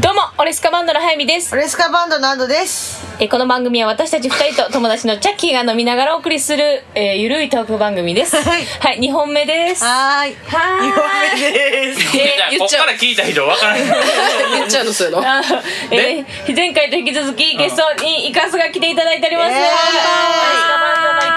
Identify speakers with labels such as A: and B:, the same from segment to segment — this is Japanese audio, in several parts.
A: どうもオレスカバンドの早見です
B: オレスカバンドなどです。
A: えーこの番組は私たち二人と友達のチャッキーが飲みながらお送りする、えーゆるいトーク番組です
B: はい
A: はい、二本目です
B: はー
A: は
B: い。二本目です。
A: えー
C: じゃあ
A: 言
C: こ
A: っ
C: っ
A: ちゃ
C: か
A: う
C: ら聞いた人分からない
D: 言っちゃうのそういうの
A: あーえー前回と引き続きゲストにイカスが来ていただいております、
B: イエーイ
A: オレ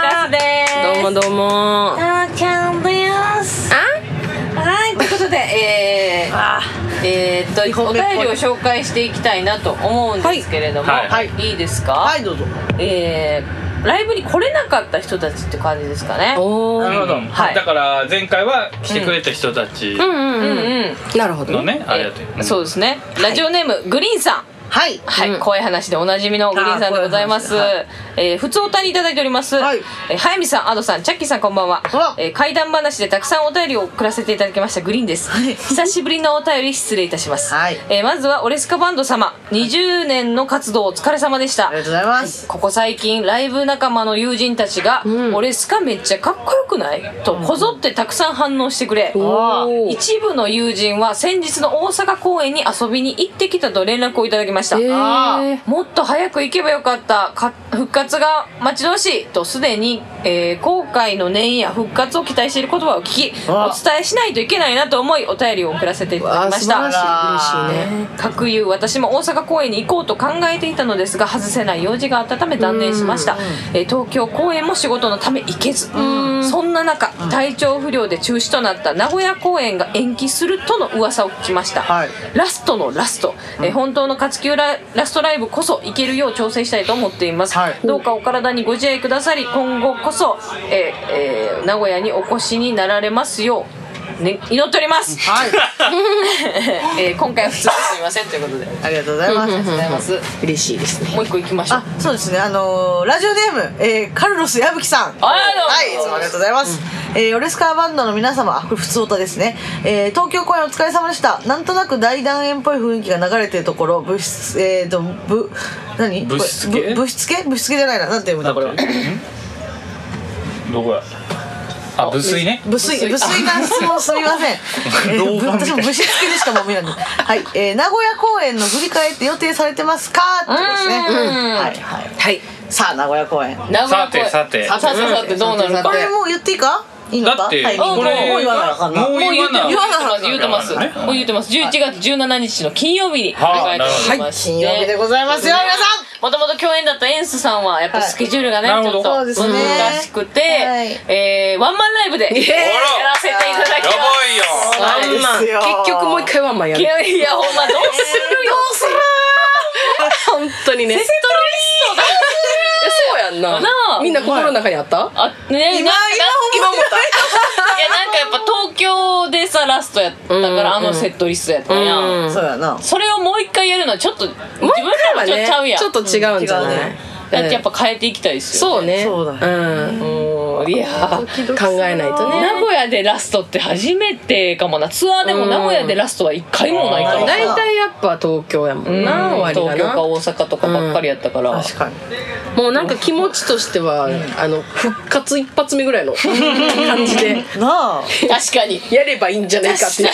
A: スカバンドのイカスです
D: どうもどうも
A: あーちゃんです
D: はいということでえー
B: あ
D: えーっと
B: 二
D: お
B: 本目っぽい
D: 便りを紹介していきたいなと思うんですけれども、
C: はい
B: はい
D: い、いですか、
B: ーはい、どうぞ。
D: えーライブに来れなかった人たちって感じですかね
E: お
C: なるほど、
D: はい
C: だから前回は来てくれた人たち
D: うんうん、
E: なるほど
C: のね、あれだと、
D: えそうですね、ラジオネームグリーンさん
B: はい。
D: はい、怖い話でおなじみのグリーンさんでございます。
B: あー怖い
D: えー普通お便りいただいております。
B: はい
D: えー早見さん、アドさん、チャッキーさん、こんばんは
B: こんばんは。
D: えー、怪談話でたくさんお便りを送らせていただきましたグリーンです。久しぶりのお便り失礼いたします。
B: はい
D: えーまずはオレスカバンド様、20年の活動お疲れ様でした
B: あり。がとうございます。
D: ここ最近ライブ仲間の友人たちが「俺スカめっちゃかっこよくない?」とこぞってたくさん反応してくれ
E: おー
D: 一部の友人は先日の大阪公演に遊びに行ってきたと連絡をいただきました、
E: へー
D: あーもっと早く行けばよかったか復活が待ち遠しいとすでに、えー後悔の念や復活を期待している言葉を聞き
B: あ
D: お伝えしないといけないなと思いお便りを送らせていただきました
B: あらー
E: 嬉しいね
D: 各有私も大阪公演に行こうと考えていたのですが外せない用事があったため断念しました、えー東京公演も仕事のため行けずそんな中体調不良で中止となった名古屋公演が延期するとの噂を聞きました、
B: はい
D: ラストのラスト、えー本当の活休ララストライブこそ行けるよう調整したいと思っています、
B: はい
D: どうかお体にご自愛くださり今後こそ、えーえー名古屋にお越しになられますよう、ね、祈っております、
B: はい。
D: えー今回は普通ですみませんということで
B: ありがとうございます。ありがとうございます。
E: 嬉しいですね
D: もう一個行きましょう
B: あ、そうですね。あのーラジオネーム、えーカルロス矢吹さん。
D: ありがとうございます
B: はい、いつもありがとうございます。えーオレスカーバンドの皆様、あ、これ普通歌ですね。えー東京公演お疲れ様でした。なんとなく大団円っぽい雰囲気が流れてるところ、物質、えーと、ぶ、何
C: 物質
B: こ
C: 系
B: れぶ物質系物質系じゃないな。なんて読むんだ、これは。
C: どこやあ無水ね
B: 無水、無水な質問すみません。え
C: 老眼
B: ー
C: みたい
B: 私も無視付けでしかもう見ないの。はい、えー名古屋公演の振り返って予定されてますかってことですね。はい、はい。
E: はい
B: さあ、名古屋公演。
D: 名古屋
C: さ
D: 公
C: て
D: 演
C: さて
D: さてさてどうなる
E: さてさ
D: か
E: て
B: これもう言っていいかいいのか
C: だって
B: タイミング
C: これ
B: もう言わなあかんな。
C: もう
D: もう言
C: 言
D: う
C: わ
D: てま
C: な
D: す言うてます
C: 言わな
D: もう言うてます11月17日の金曜日に
C: は
D: 迎え
C: い
D: ておりまして
B: 金曜日でございますよ、皆さん
D: もともと共演だったエンスさんはやっぱスケジュールがね、
C: はい
D: ちょっと
C: な
B: るほどそうですね
D: 難しくて、
B: はい
D: えーワンマンライブでやらせていただきます
C: や
D: はい
E: ワンマン
B: ですよ
E: 結局もう一回ワンマンや
D: い
E: る
D: やいやほんまどうするよどうする
E: 本当にねセそうやんな
D: なあ
E: みんな心の中にあった
D: あね
B: 今、今
D: な
B: 思った。
D: いやなんかやっぱ東京でさラストやったからあのセットリストやったやん、
E: うん
B: そうやな。
D: それをもう一回やるのはちょっと自分
E: もう一
D: らも
E: 回
D: ちょっと
E: はね
D: ちゃうやん、
E: ちょっと違うんじゃ
B: 違う
E: ない
B: ね
D: だってやっぱ変えていきたいですよ
E: そうね
B: そうだ
E: うん
D: うんいやー
E: 考えないとね
D: 名古屋でラストって初めてかもなツアーでも名古屋でラストは一回もないか
B: う
D: も
B: ん
D: な
E: 大体やっぱ東京やもんな
D: うん
E: 終わ
D: 東
E: り
D: 京
E: が
D: か
E: な
D: 大阪とかばっかりやったから、
B: 確かに。
E: もうなんか気持ちとしてはあの復活一発目ぐらいの感じで
B: なあ。
D: 確かに
E: やればいいんじゃないかっ
D: 確
E: て
D: か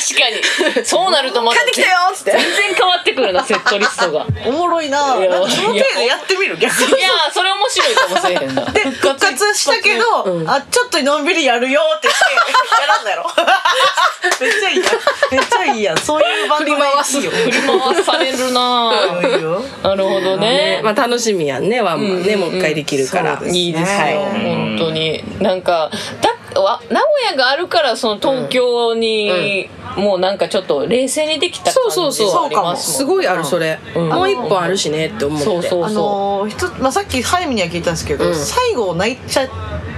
D: にそうなるとまた
E: 帰ってきたよっつって
D: 全然変わってくるなセットリストがい
B: おもろいな。
D: いや
B: なんかその程度やってみる、逆に。
D: やーそれ面白いかもしれへんな
B: で、復活したけど、あ、ちょっとのんびりやるよって言 って、やらんのやろ。めっちゃいいやん。めっちゃいいやん。そういう番組。
E: 振り回す
B: いいよ。
D: 振り回されるなぁ
B: いいよ。
D: なるほどね
E: ねまあ楽しみやんねワンマンねもう一回できるから
B: そうです
D: いいですよ、
B: はい
D: 本当になんかだわ名古屋があるからその東京に、もうなんかちょっと冷静にできた感
E: そう
D: じ
E: そ
D: が
E: うそう
D: あります
E: す
D: もん
E: ごいあるそれ、
D: ん
E: もう一本あるしねって思って
D: そうそう
B: あのー、ひと、まあ、さっきハイミには聞いたんですけど、
E: うん
B: 最後泣いちゃっ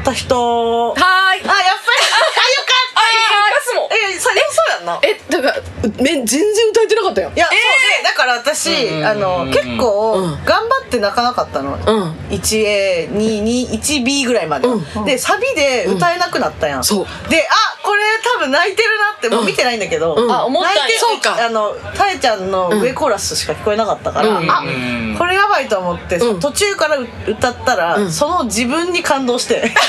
B: た人。あ、やっぱり。あ、よかっ
D: あいいかすも
B: た。え、それ、そうやんな
E: えだからめ全然歌えてなかったよ
B: いや、そうねだから私、あの結構頑張って泣かなかったの、
E: うん
B: 1A221B ぐらいまで、
E: うん
B: でサビで歌えなくなったやん、
E: そう
B: であこれ多分泣いてるなってもう見てないんだけど、
E: ん
D: あ思ったんや
B: 泣いて
E: そうか
B: あのたえちゃんの上コーラスしか聞こえなかったから、
E: うん
B: あこれやばいと思って、
E: うん
B: 途中から歌ったら、
E: うん
B: その自分に感動して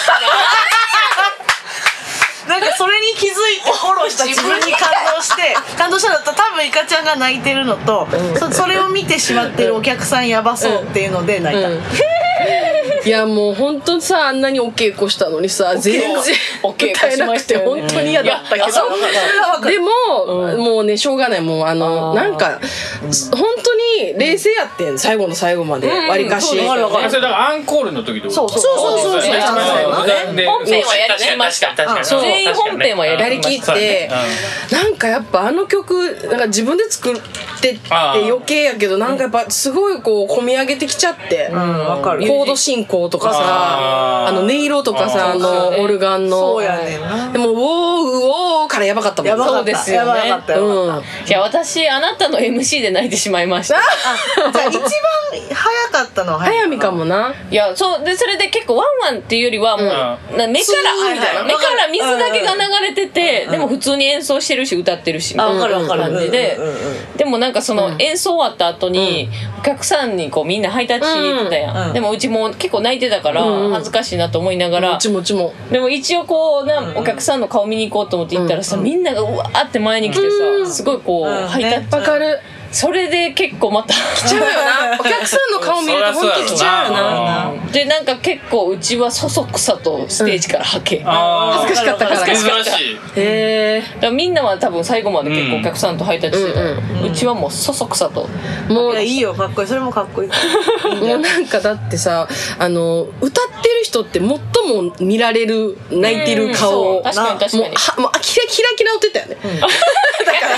B: なんかそれに気づいてフォローした自分に感動して感動したのと多分イカちゃんが泣いてるのと、そそれを見てしまってるお客さんやばそうっていうので泣いた、
E: うんいやもう本当にさあんなにお稽古したのにさ全然
D: お稽古
E: 歌えなくて
D: しましたよね
E: 本当に嫌だったけど
D: いやそう
E: でももうねしょうがないもうあの
D: あー
E: なんか本当に冷静やってん最後の最後までわりかし
D: うんうんそうだわか
C: あそれだからアンコールの時ってこと
B: そうそう
E: そうそうそう
C: だよね
E: そう
D: だね本編はやりきりました
F: 確かに確か
D: そう
F: に
D: 全員本編はやり
E: やりきっ
F: そうだね
E: てなんかやっぱあの曲なんか自分で作ってって
F: あー
E: 余計やけどなんかやっぱすごいこう込み上げてきちゃって
B: うんわかる
E: コード進行とかさ
F: あー
E: あの音色とかさ
F: あ
E: あ
D: そう
E: の
D: ね
E: オルガンの
B: そうやねんな
E: でも「ウォーウォー」からやばかったもん
B: やばか
D: そう
B: った
D: ですよ
B: や
D: ね
B: ばかったよ、
E: うん
D: いや私あなたの MC で泣いてしまいました
B: じゃあ一番早かったのは
E: 早見かもない
D: やそうでそれで結構ワンワンっていうよりはもう、な目から
B: はいはい
D: 目から水だけが流れてて、でも普通に演奏してるし歌ってるしみたい
B: あわかる
D: な
B: わかる
D: 感じで、
B: うんうんうん
D: でもなんかその演奏終わった後に、お客さんにこうみんなハイタッチしてたやん、
B: うんうん
D: でもうちも結構泣いてたから
E: うんうん
D: 恥ずかしいなと思いながら、
E: うちもうちも
D: でも一応こうな、お客さんの顔見に行こうと思って行ったらさ、みんながうわーって前に来てさ、すごいこう、
B: うん
D: ハイタッチ、
E: わかる
D: それで結構また
E: 来ちゃうよなお客さんの顔見ると本当に来ちゃうよな
F: な
D: でなんか結構うちはそそくさとステージからはけ、だか
F: あ
E: 恥ずかしかったから
F: ー珍しい
E: へ
D: らみんなは多分最後まで結構お客さんとハイタッチしてた、うちはもうそそくさと、
E: えも
B: いうやいいよかっこいいそれもかっこいい
E: もうなんかだってさあの歌ってる人って最も見られる泣いてる顔
D: そ
E: を
D: う 確かに確か
E: もう
D: に
E: はもうあキラキラキラ追ってたよね、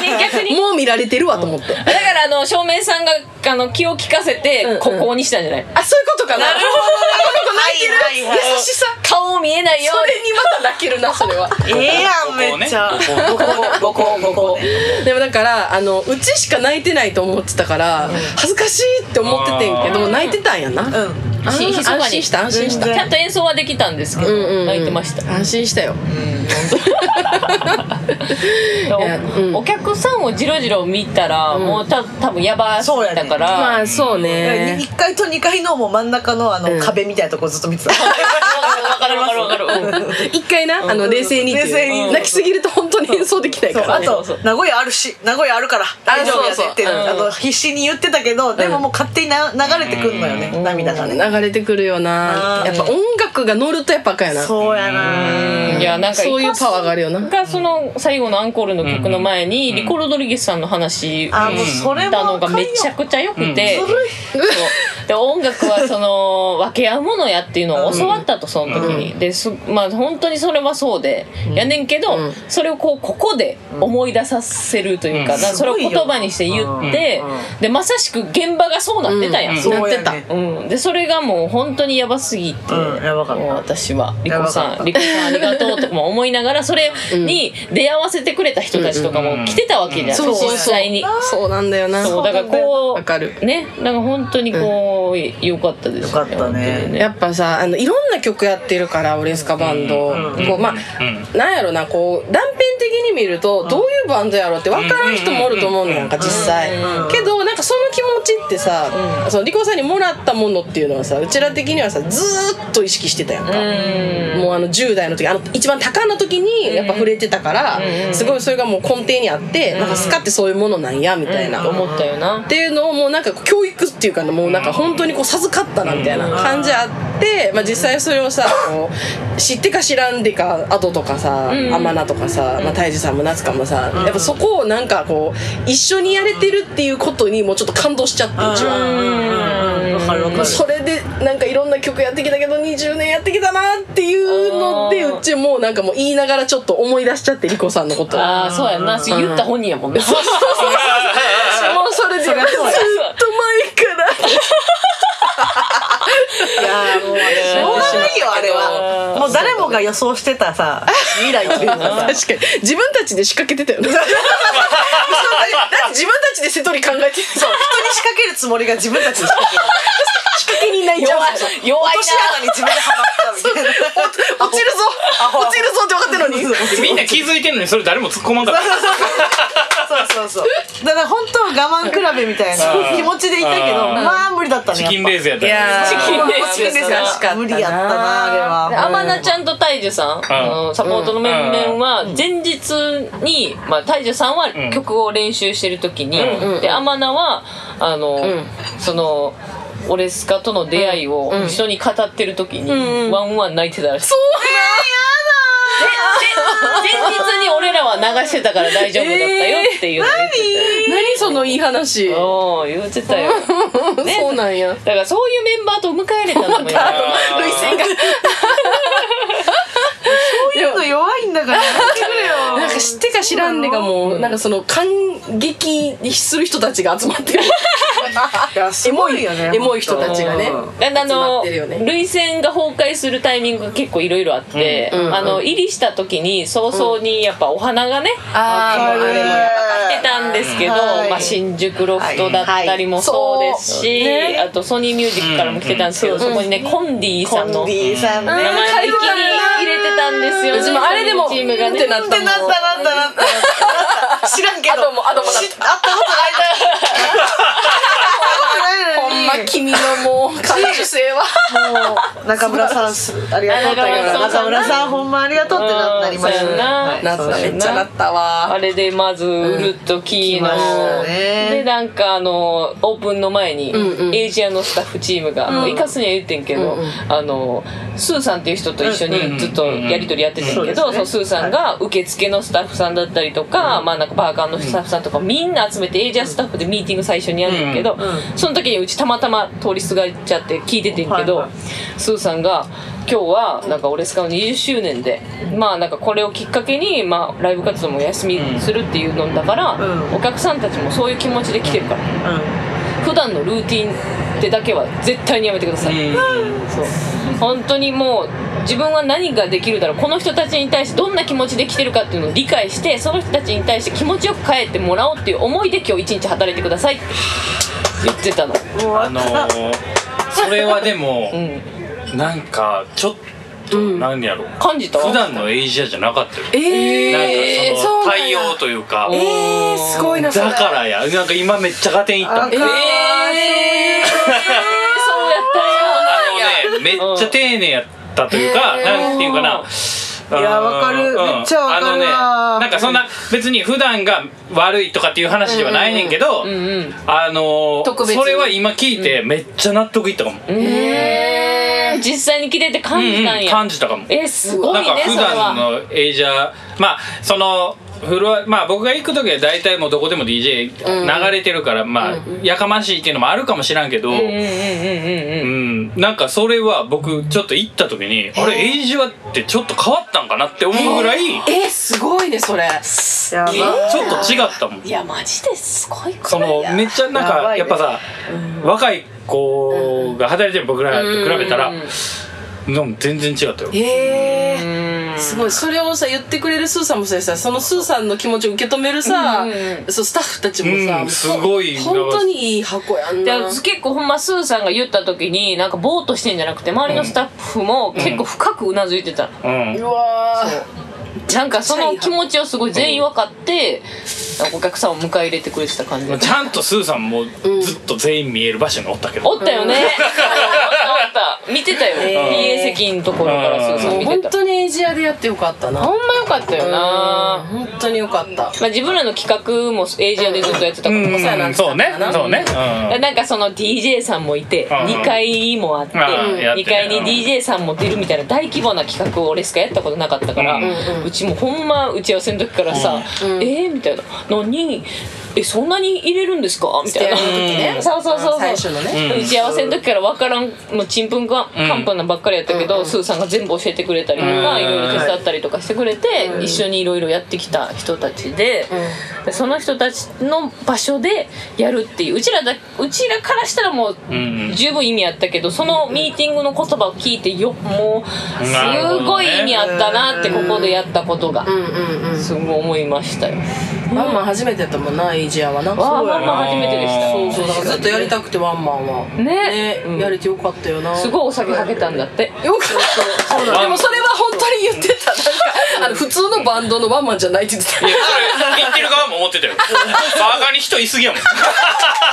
D: 逆に逆に
E: もう見られてるわと思って、
D: だからあの照明さんがあの気を利かせて、
E: うんうん
D: ここにしたんじゃない
E: あそういうことかななるほど泣いてる、
B: はいはいはい
E: 優しさ
D: 顔を見えないよ
E: そうれにまた泣けるなそれ は
B: ええやん
F: ここ
B: め
F: ね
B: っちゃ
F: ここ
B: ここここ
E: でもだからあのうちしか泣いてないと思ってたから、恥ずかしいって思っててんけど、泣いてたんやな、
B: うん
E: あー
D: ひひそかに
E: 安心した安心した
D: ちゃんと演奏はできたんですけど、
E: うんうんうん
D: 泣いてました
E: 安心したよやうん
D: おお客さんをじろじろ見たら、もうた多分やばそうだから、
E: まあそうね
B: 1階と2階のもう真ん中のあの壁みたいなとこずっと見てた
D: わかるわかるわかるわかる
E: 一回なあの冷静にっていう
B: 冷静に
E: 泣きすぎると本当に演奏できない
B: そ
E: か
B: う
E: ら
B: あ
E: ね
B: と名古屋あるし名古屋あるから大丈夫やでって
E: そうそう
B: あの必死に言ってたけどでももう勝手にな流れてくんのよね涙がね
E: 流れてくるよな
B: あー
E: やっぱ音楽が乗るとやっぱ赤やなそう
B: そうやな
D: うんいやなんか
E: いうパワーがあるよな
D: がその最後のアンコールの曲の前に、リコ・ロドリゲスさんの話
B: あもうそれ
D: し
B: も
D: たのがめちゃくちゃ良くて、そうで音楽はその分け合うものやっていうのを教わったとその時に、ですまあ本当にそれはそうで、やねんけど、それをこうここで思い出させるというか,、
F: うん
D: それを言葉にして言って、でまさしく現場がそうなってたやん、
E: うん
D: そ
B: そうやね
E: なって
D: うん、でそれがもう本当にやばすぎて、
B: うんやばかった
D: もう私はリコ
B: やば
D: さ
B: かった
D: んリコさんありがとうとかも思いながらそれに出会わせてくれた人たちとかも来てたわけじゃん、
E: そうそう
D: 実際に。
E: そうなんだよな
D: そうだからこう
E: わかる
D: ねなんか本当にこう、良かったです
B: 良かったね
D: 本当に
E: やっぱさあのいろんな曲やってるからオレスカバンド、こうまあ、なんやろなこう断片的に見ると、どういうバンドやろって分からん人もおると思うのやんか実際、けどなんかその気持ちってさ、そのリコさんにもらったものっていうのはさうちら的にはさずーっと意識してたやんか、もうあの10代の時あの一番多感な時にやっぱ触れてたから、すごいそれがもう根底にあって、なんかスカってそういうものなんやみたいな、
D: 思ったよな
E: っていうのをもうなんか教育っていうかもうなんか本当にこう授かったなみたいな感じあって、まあ、実際それをさこう知ってか知らんでか後とかさ天菜とかさ、まあ、泰治さんも夏香もさやっぱそこをなんかこう一緒にやれてるっていうことにもうちょっと感動しちゃってうちは。
B: うんわかるわか
E: もう
B: る
E: それでなんかいろんな曲やってきたけど20年やってきたなっていうので
D: あー
E: うちもうなんかもう言いながらちょっと思い出しちゃってリコさんのことを
D: ああそうやんな、そう言った本人やもんねそうそう
E: もうそれでずっと前から
B: しょうがないよあれはもう誰もが予想してたさ未来っていうの
E: 確
B: が
E: かに自分たちで仕掛けてたよ ねだって自分たちで瀬戸り考えて
B: そう人に仕掛けるつもりが自分たちに仕掛ける
E: 仕掛け人ない
D: 弱い弱い
B: 落とし穴に自分でハマったみたいな
E: 落ちるぞ落ちるぞって分かってるのに
C: みんな気づいてんのにそれ誰も突っ込まんかった
B: そうそうそうだから本当は我慢比べみたいな気持ちでいたけど
C: あー
B: まあ無理だったね
C: チキンレー
B: ズ
C: ズやった
E: やー
D: チキンレース
B: チキンレーズやった無理やったなあれは
D: で天菜ちゃんと大樹さん、あのサポートの面々は前日に、まあ、大樹さんは
C: ん
D: 曲を練習してる時に、
C: う
D: で天菜はあの、その。オレスカとの出会いを一緒に語ってる時に、ワンワン泣いてたらしい、 前日に俺らは流してたから大丈夫だったよっていうのを言って
E: 何そのいい話
D: たよ、おー言ってたよね
E: そうなんや
D: だからそういうメンバーと迎え入れたのもいいな
E: 涙腺が
B: ちょっと弱いんだからやめてくれよ
E: なんか知ってか知らんねがもうなんかその感激する人たちが集まってる
B: いやすごいよね
E: エモい人たちがね
B: うん
D: だんだんあ
E: 集ま
D: の
E: ってるよね
D: 涙腺が崩壊するタイミングが結構いろいろあって、あの入りした時に早々にやっぱお花がね、
E: あ
B: あれも
D: 出たんですけど、
B: はい
D: まあ、新宿ロフトだったりもそうですし、あとソニーミュージックからも来てたんですけど、そこにねコンディさんの名前を
B: ーさんね
D: 一気に入れてたんですよ、ね、
E: うちもあれでも
D: チームが
E: っ
D: ね
E: てなっ
B: ったて
E: もん
B: なったなったなった知らんけど
E: あともあともなった
B: 知ったことないの
E: ほんま
B: に
E: 君のもう感受性は
B: もう中村さんすありがとう
D: あ中
B: 中
D: 村
B: 村
D: さ
B: さんほんまありがとうってななりまし
D: うんそうやな
B: たね
E: なっためっちゃなった
D: あ
E: わ
D: れでまずウルッとキーの
B: 来ましたね
D: でなんかあのオープンの前に
E: んうん
D: エイジアのスタッフチームがもうイカスには言ってんけどあのスーさんっていう人と一緒
C: うんう
D: に
C: ん
D: ずっとやり取りやっててんけ
B: そ
D: ど
B: うですね
D: そのスーさんが受付のスタッフさんだったりとかまあなんかバーカーのスタッフさんとかみんな集めてエイジアスタッフでミーティング最初にやるんだけどその時にうちたまたま通りすがっちゃって聞いててんけ
B: はいは
D: ど
B: い
D: スーさんが今日はなんか俺スカの20周年でまあなんかこれをきっかけにまあライブ活動もお休みするっていうのだから、
B: うん
D: お客さんたちもそういう気持ちで来てるから
B: う
D: 普段のルーティンってだけは絶対にやめてください、そう本当にもう自分は何ができるだろうこの人たちに対してどんな気持ちで来てるかっていうのを理解してその人たちに対して気持ちよく帰ってもらおうっていう思いで今日一日働いてくださいって言ってたの
B: んもう
C: あのー、それはでも、
D: ん
C: なんかちょっとなんやろ、
D: 感じた
C: 普段のエイジアじゃなかったよ、
E: え
C: なん
E: ー
C: かそ
E: そう
C: の
E: なん
C: 対
E: や
C: 応というか、
E: えーすごいなそれ
C: だからやなんか今めっちゃ加点いったもん
B: あかん
E: えー
D: そうやったよ
C: あのね、めっちゃ丁寧やったというか、なんていうかな。
B: いやわかる
C: うん
B: めっちゃわかるわ
C: あのね、なんかそんな、別に普段が悪いとかっていう話ではないねんけど、
D: うんうん
C: あの
E: 特別に
C: それは今聞いてめっちゃ納得いったかも。うん
D: へえ実際に来てて感じたん
C: うん
D: や、
C: 感じたかも。
D: えすご
C: なん
D: い
C: か
D: ね
C: 普
D: それ
C: 段
D: は
C: のエイジャーまあそのフロアまあ僕が行く時は大体もうどこでも DJ 流れてるから、まあ、やかましいっていうのもあるかもしらんけど、
D: うんうんうんうんうん
C: うん、なんかそれは僕ちょっと行った時にあれエイジはってちょっと変わったんかなって思うぐらいちょっ
E: えーすごいねそれ
B: やば
C: と違ったもん
D: いやマジですごいこ
C: そ
D: れ
C: のめっちゃなん
B: やば
C: か
B: いね
C: やっぱさ若い子が働いてる僕らと比べたらなんか全然違ったよ
E: えーすごいそれをさ言ってくれるスーさんもそうやしさそのスーさんの気持ちを受け止めるさ、そうスタッフたちもさ、
C: うんすごい
E: ほん本当にいい箱やん
D: で
E: な
D: 結構ほんまスーさんが言った時になんかぼーっとしてんじゃなくて周りのスタッフも結構深くうなずいてた、
C: うん
E: うわー
D: なんかその気持ちをすごい全員分かって、なんかお客さんを迎え入れてくれてた感じ
C: ちゃんとスーさんもずっと全員見える場所におったけど、
D: おったよね、おったお った見てたよ、
E: へ
D: PA
E: ー
D: 席のところからスーさん見
E: もう本
D: てた
E: 当にエイジアでやってよかったな
D: ほんまよかったよな、
E: 本当によかった
D: まあ、自分らの企画もエイジアでずっとやってたから、
C: うんそうねそうね、うん
D: なんかその DJ さんもいて、
C: うん
D: 2階もあって、
C: あーやって
D: 2
C: ね
D: 階に DJ さんも出るみたいな大規模な企画を俺しかやったことなかったから、う
C: うん
D: ちもほんま打ち合わせの時からさ「えー?」みたいな「何えそんなに入れるんですか?」み
E: ス
D: たい
E: テア
D: な
E: の時 ね
D: そうそうそうそう
E: 最初のね
D: 打ち合わせの時から分からんもうちんぷんかんかんぷんなばっかりやったけど、スーさんが全部教えてくれたりとか、
C: うん
D: いろいろ手伝ったりとかしてくれて、一緒にいろいろやってきた人たちで、でその人たちの場所でやるっていううちらだうちらからしたらもう
C: うん
D: 十分意味あったけどそのミーティングの言葉を聞いてよもう
C: なるほどね
D: すごい意味あったなってここでやったことが
E: うんうん
D: すごい思いましたよ。
E: うんワンマン初めてやったもんなイージアはな
D: わあ
E: そう
D: まあまあ初めてでした。
C: そう
E: そうだからずっとやりたくてワンマンは
D: ねうん
E: やれてよかったよな
D: すごいお酒かけたんだって。
E: よかった
C: だ
E: でもそれは本当に言ってたなんかあの普通のバンドのワンマンじゃないって言ってた
C: いやそれ言ってる側も思ってたよバカに人いすぎやもんだ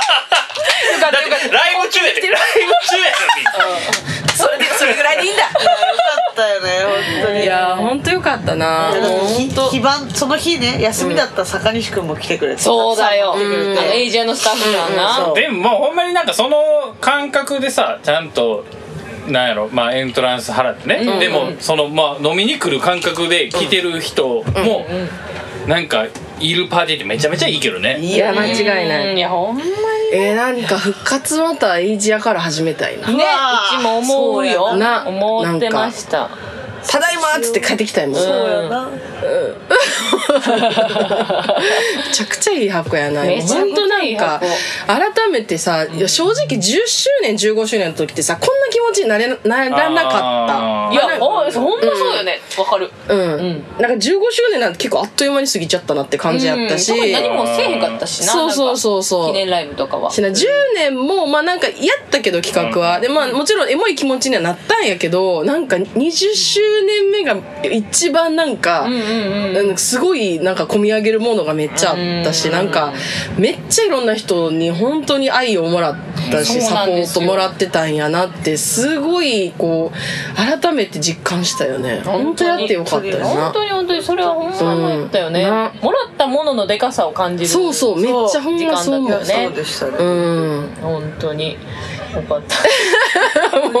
C: ってライブ中やでライブ中やのに
E: それでそれぐらいでいいんだ
B: ったよね本当に
E: いやー本当よかったなもう
B: ひ
E: 本当
B: 非番その日ね休みだった坂西君も来てくれて
D: そうだよ。あ
B: たくさん来てくれ
D: の
B: て
D: エイジアのスタッフさん
E: うん
D: な
E: そ。
C: でもまあほんまになんかその感覚でさちゃんとなんやろまあエントランス払ってね、でもそのまあ飲みに来る感覚で来てる人も、なんかいるパーティーってめちゃめちゃいいけどね
E: いや間違いな
D: う
E: い
D: んいやほんまにね。
E: えーなんか復活またイージアから始めたいな
D: うちも思う
E: そ
D: よ。
E: うやな
D: 思ってました。
E: ただいまっつって帰ってきたいもん
D: そう
E: め
D: やな
E: ちゃくちゃいい箱やな
D: めちゃくちゃいい箱
E: ほんとなんか改めてさいや正直10周年15周年の時ってさこんな気持ちになれならなか
C: あ
D: い
C: ー
D: やほんほんまそうよね。わかる。
E: ったうん、なんか15周年なんて結構あっという間に過ぎちゃったなって感じやったし、
D: うん特に何もせえへんかったしな。
E: そうそうそうそう
D: なんか記念ライブとかは。
E: しな10年もまあなんかやったけど企画は、でまあもちろんエモい気持ちにはなったんやけどなんか20周年目が一番なんか、
D: うんうんうん。
E: うんすごいなんか込み上げるものがめっちゃあったし、
D: うん
E: なんかめっちゃいろんな人に本当に愛をもらったし、
D: そうな
E: サ
D: ん
E: ポ
D: ですよ
E: ートもらってたんやなってすごいこう改めて実感したよね本
D: 本
E: 当
D: 当に
E: やってよかったよ
D: 本
E: な
D: 当に本当にそれはほんまに思ったよね。
E: うんな
D: もらったもののでかさを感じる。
E: そうそうめっちゃほんまそう思う
D: 時間だったよね
B: そうでしたね
E: うん
D: 本当に。よかった。
B: い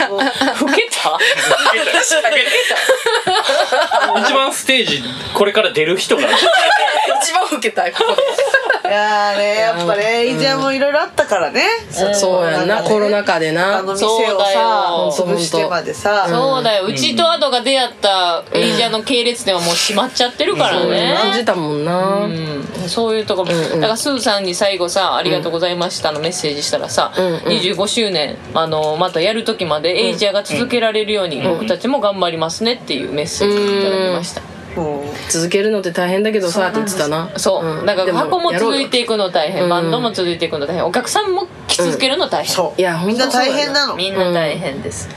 B: やもう
D: 老け た
C: 受けたよ受けた一番ステージこれから出る人が
E: 一番受けたいここで
B: いやーねやっぱねイージアもいろいろあったからね
E: そうやんな、
B: うん
E: コロナ禍で
B: あ
E: な。
B: の店
D: そう
B: を
D: だよ
B: さ潰してまでさ
D: そうだよ、うちとアドが出会ったエイジアの系列ではもう閉まっちゃってるから
E: 感じ
D: ね。
E: たもんな。
D: うんそういうとこも、だからスーさんに最後さ「ありがとうございました」のメッセージしたらさ、
E: うんうん
D: 25周年あのまたやる時までエイジアが続けられるように僕たちも頑張りますねっていうメッセージをいただきました、
B: もう
E: 続けるのって大変だけどさ、って言ってたな。
D: そう、
E: ん
D: だから箱も続い。
E: でやろうよ
D: ていくの大変、
E: うん
D: バンドも続いていくの大変お客さんも来続けるの大変、
B: そう
E: いやほん
B: みん
E: と
B: な大変なの
D: みんな大変です、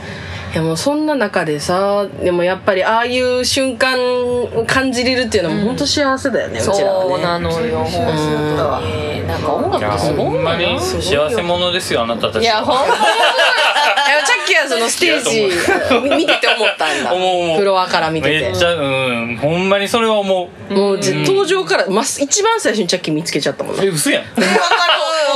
E: いやもうそんな中でさ、でもやっぱりああいう瞬間を感じれるっていうのも本当幸せだよね、うちら
D: そう
E: は
D: な
E: ね。
D: のよ、本当になんか音楽
C: いや
D: って
C: ほ
D: すごい
C: んまに幸せ者ですよあなたたち
D: いやほんまに
E: いやチャッキーはそのステージみ見てて思ったんだ。
C: 思う思う
E: フロアから見て
C: め
E: て
C: っ。ちゃうんほんまにそれは思う
E: もうじ登場から、まっす、一番最初にチャッキー見つけちゃったもんな。
C: え嘘やん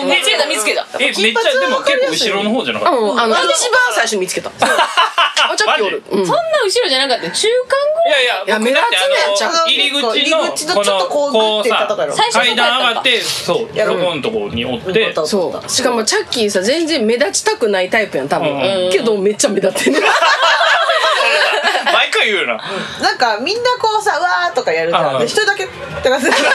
D: 見つけた見つけた
C: えめっちゃでも結構後ろの方じゃなか
E: あ、
C: っ
E: もう、あの、一番最初に見つけた。あ、チャッキーおる。うん
D: そんな後ろじゃなかったよ中間ぐ
C: た
D: らい
C: いやいや
E: いや
C: 僕だって
E: 目立つねんちゃ
C: あ
E: ん
C: の入り口の
B: 入り口のちょっとこうグッて行ったとこやろ
D: 最初のとこ
C: 階段上がってそう
B: やろ
C: ロコのとこにおっ
B: うん
C: て
B: また
E: そうしかもチャッキーさ全然目立ちたくないタイプやん多分、
C: う
E: けどめっちゃ目立ってんね
C: 毎回言うよな
B: なんかみんなこうさわーとかやるじゃ
C: あ
B: ん
C: ー
B: で一人だけって かさ地蔵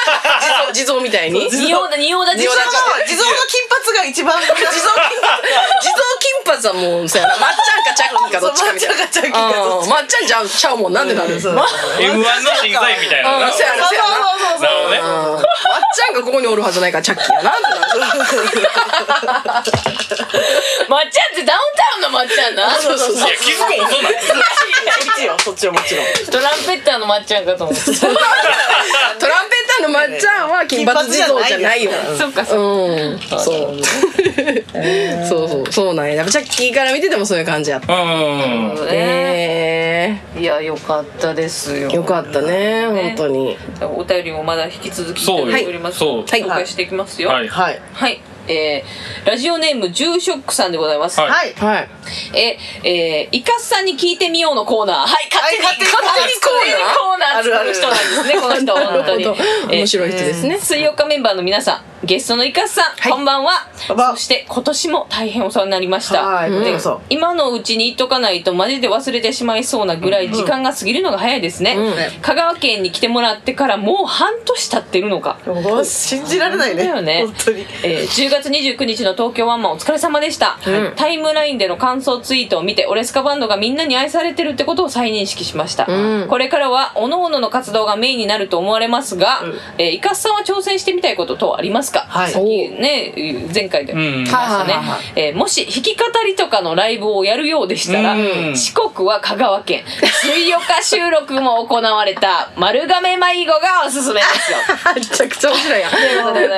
E: 地蔵みたいに地蔵
D: 仁王だ仁王立ち
E: 仁王立
B: の
E: ち
B: 地蔵の金髪が一番地蔵
E: 金髪はもうそうやなまっちゃんかチャッキーかどっちかみたいな
B: そうまっちゃんかチャッキーかどっ
E: うんまっちゃんちゃうちゃうもんなんでなる、うん、
B: そう
E: ま
C: M1 の審査員みたいな
E: うん
C: な
E: そうやなそうやな
C: なるほどね
E: うんまっちゃんがここにおるはずないからチャッキーやなってな る
D: まっちゃんってダウンタウンのまっちゃんな
E: そうそうそう
C: いや気づくもそうなんです
B: そっちよそっちよもちろん
D: トランペッターのまっちゃんかと思ってた
E: トランペッターのまっちゃんは金髪地蔵じゃないよ
D: そっかそっか
E: うんそうそうそうそうなんややっぱチャッキーから見ててもそういう感じやった
C: うん
D: ね
E: え
D: いやよかったですよ
E: ー、よかったね本当に
G: お便りもまだ引き続きいただいております
C: そうよ
G: ので
C: そう
G: 紹介していきますよ
C: はい
B: はい
G: はい、
D: えーラジオネーム住職さんでございます、
C: はい
B: はい
E: はい。
D: え、えー、イカスさんに聞いてみようのコーナー。はい、勝手に、
B: はい勝手に
D: 勝手にコーナー
B: あるあ
D: 作る
B: る
D: 人なんですね、この人、本当に。
E: 面白い人です
D: え
E: ね
D: ー。水曜日メンバーの皆さん、ゲストのイカスさん、こんばんは。
B: こんばんは
D: そして、今年も大変お世話になりました。
B: はい
D: で
B: こちらこそ
D: 今のうちに言っとかないと、マジで忘れてしまいそうなぐらい時間が過ぎるのが早いですね。
E: ん
D: 香川県に来てもらってからもう半年経ってるのか。
B: もう信じられないね
D: だよね
B: 本当に
D: えー10月29日の東京ワンマンお疲れ様でした、タイムラインでの感想ツイートを見てオレスカバンドがみんなに愛されてるってことを再認識しました、
E: うん
D: これからは各々の活動がメインになると思われますが、えーイカスさんは挑戦してみたいこと等はありますか、
B: はい
D: さっきね前回で、
C: うん
E: はいはい
D: ね
E: はいはい。
D: えーもし弾き語りとかのライブをやるようでしたら、
C: うん
D: 四国は香川県水岡収録も行われた丸亀迷子がおすすめですよ
E: めちゃくちゃ面白いやん。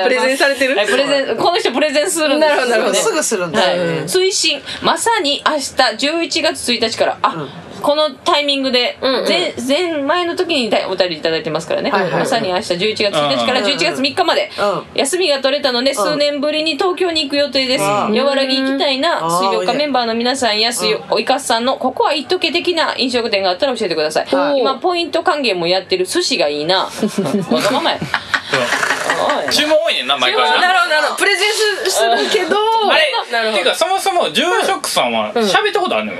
E: プレゼンされてる
D: はいプレゼンこの人プレゼンするんです
E: なるほどなるほど
B: すぐするんだ、
D: はい推進まさに明日11月1日からあ、このタイミングで、
E: んうん
D: 前前前の時にお便りいただいてますからね、
B: はいはいはい
D: まさに明日11月1日から
B: うんうん
D: 11月3日まで、
B: う
D: 休みが取れたので数年ぶりに東京に行く予定です、
B: うん
D: 和らぎ行きたいな
B: うん
D: 水曜日メンバーの皆さんや水曜おいかすさんのここは一時的な飲食店があったら教えてください、
B: はい
D: 今ポイント還元もやってる寿司がいいなわがままや
C: うん注文多いねんな毎回
D: 注文多い
C: な
E: なるほどなるほど。プレゼンすするけど。
C: あ
E: な
C: れ
E: る
C: ってい
E: ほ
C: う
E: ど。
C: かそもそも住職さんは喋ったことあるのよ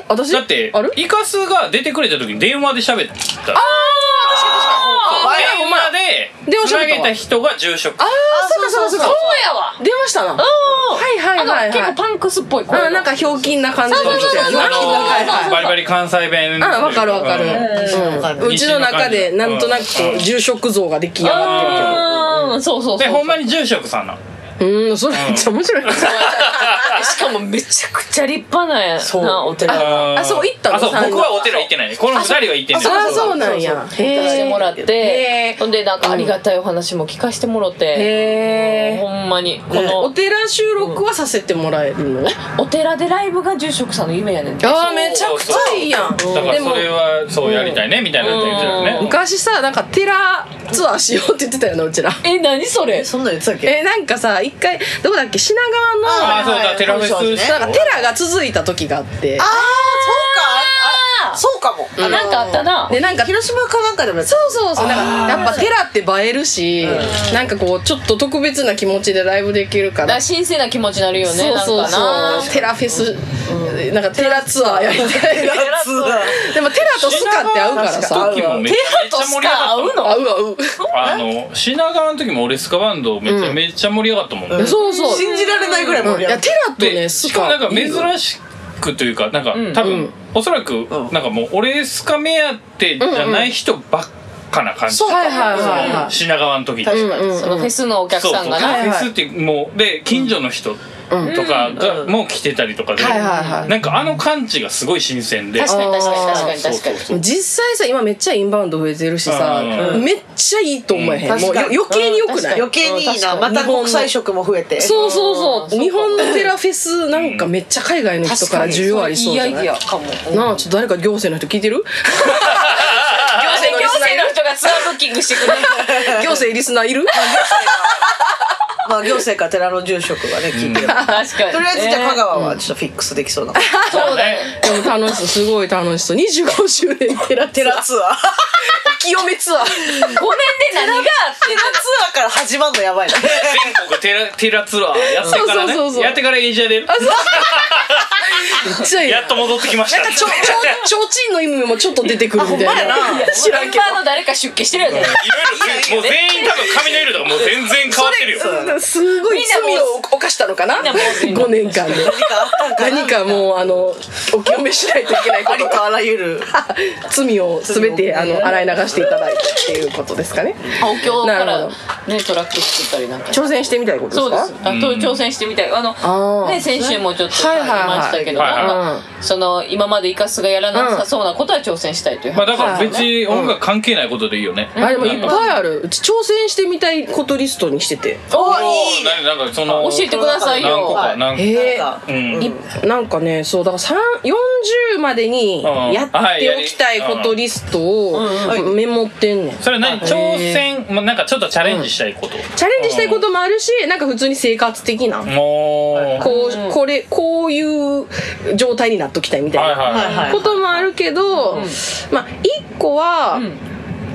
E: え、私
C: だって
E: ある
C: イカスが出てくれた時に電話で喋った
E: ああ、確かに確かに。あ
C: 電話で
E: 電話
C: つ
E: 喋った
C: な
E: わ
C: げた人が住職
E: ああ、そうかそうかそうか。
D: そうやわ
E: 出ましたな。はいはいはい
D: あの結
E: はい
D: 構。パンクスっぽい声
E: あ
D: が
E: ーなんかひょうきんな感じの
D: そうそうそうそう
E: なはいはい
C: あのバリバリ関西弁
E: あわかるわかる
C: うん
E: うちの中でなんとなくこう住職像が出来上がってる
D: あーそうそうそう
C: で
D: そう
C: ほんまに住職さんなの
E: うん、それめっちゃ面白い。
D: しかもめちゃくちゃ立派なや
E: そう
D: なお寺
C: あ
E: あそう行ったの
C: あそう
E: 三人
C: 僕はお寺行ってないねこの二人は行ってんねん
E: あ、そうなんや。
D: 出してもらっ
E: へ
D: て
E: ー
D: ほんでなんかありがたいお話も聞かせてもろて
E: へー
D: ほんまにこ
E: お
D: の
E: 寺収録はさせてもらえるのあ
D: お寺でライブが住職さんの夢やねんて
E: ー、めちゃくちゃいいや
C: だ
E: ん。
C: から
E: で
C: そ
E: も、
C: れはそうやりたいねみたいなの言ってたよね
E: 昔さ、なんか寺ツアーしようって言ってたよな、うちら。
D: え何それ
B: そんなん言ってたっけ
E: え、なんかさ、一回、どこだっけ品川の、
C: ああそうだテラフェス
E: なんか寺が続いた時があって
B: あ。あそうかああそうかも、あの
D: なんかあったな
E: で、なんか、
B: 広島かなんかでもやった
E: そうそうそうなんかやっぱテラって映えるし、なんかこうちょっと特別な気持ちでライブできるか
D: だからら神聖な気持ちになるよね
E: そうそう
D: なんか
E: そうテラフェス、なんかテラツアーやりたいでもテラとスカって合うからさ
C: 時もめちゃめちゃ盛り上が
D: な合
C: っ
D: う
C: た
D: の
E: 合う合う
C: あの品川の時も俺スカバンドめっちゃめっちゃ盛り上がったもんね
E: そうそう
B: 信じられないぐらい盛
E: い
B: り上が
E: や
B: っ
E: テラとね
C: で
E: ス
C: しかも
E: カ
C: なんか珍しくというかなんか多分おそらく
B: うん
C: なんかもう俺スカ目当てじゃない人ばっかな感じ
E: そうはいはいはいはい
C: 品川の時って
B: 確かに、
D: そのフェスのお客
C: そう
D: さ
C: そ
D: ん
C: う
D: が
E: は
D: ない
C: フェ
E: はい
C: スってもうで近所の人とかがもう来てたりとかで
E: はいはいはい
C: なんかあの感じがすごい新鮮で
D: 確かに確かに確かに
C: そう
D: 確か
C: そう
D: に
C: そう
E: 実際さ今めっちゃインバウンド増えてるしさ、
C: う
E: めっちゃいいと思えへん、
B: うん
E: も
B: 確
E: うよ
B: かに
E: 余計に良くない、
B: 余計にいいな
E: うん
B: ま
E: 確か
B: た
E: に
B: 国際色も増えて
E: そうそうそう
D: うん
E: 日本のテラフェスなんかめっちゃ海外の人から需要ありそうじゃない
D: いいアイディアかも
E: なあちょっと誰か行政の人聞いてる
D: 行政行政の人がツアーブッキングしてくれる
E: 行政リスナーいる
B: まあ行政か寺の住職がね聞いてれば、
D: 確かに
B: とりあえずじゃあ香川はちょっとフィックスできそうな、
C: そうだね
E: でも楽しそうすごい楽しそう25周年テラテラ
B: 寺ツアー
E: 清めツアー
D: 5年で何があって
B: 寺ツアーから始まるのやばいな
C: 全国テラテラツアーやってから
E: そうそうそうそ
C: ね
E: う
C: やってからエイジアで
E: めっちゃいいな
C: やっと戻ってきました
E: なんかちょちょちょうちんの意味もちょっと出てくるみたい
B: あほんまや
E: な
B: な
E: 知らん
D: メン
E: け
D: バーの誰か出家してるやつやね
C: いろいろもう全員多分髪の色とかもう全然変わってるよ
E: どすごい罪を犯したのかな
D: なもう
E: 5年間で何かもうあのお清めしないといけないこ
B: ありとあらゆる
E: と 罪を全てあの洗い流していただいてっていうことですかね
D: 東京か
E: なる
D: ら
E: ほ
D: ねトラック作ったりなんか
E: 挑戦してみたいことです
D: そう
E: か
D: ですあと挑戦してみたいあの
E: あー
D: ね先週もちょっと
E: はい
D: 言い
E: はいはい
D: ましたけど
C: はいはい
D: なんかその今までイカスがやらなさそうなことは挑戦したいという
C: まあ
D: 話
C: だから別に音楽関係ないことでいいよね
E: あでもいっぱいあるうち挑戦してみたいことリストにしてて
B: おいいね
C: ななんかその
D: 教えてください
C: 何個
D: よ
C: か何個か
E: へえ
B: なんか
C: うん
E: なんかねそうだからさん40までに
C: うん
E: やっておきたいことリストをメモってんねん
C: それは何挑戦まあなんかちょっとチャレンジしたいここと
E: チャレンジしたいこともあるしなんか普通に生活的な
C: もう
E: こうこれこういう状態になっときたいみた
C: はい
E: いな
C: はい
B: はい
E: こともあるけど、まあ一個は、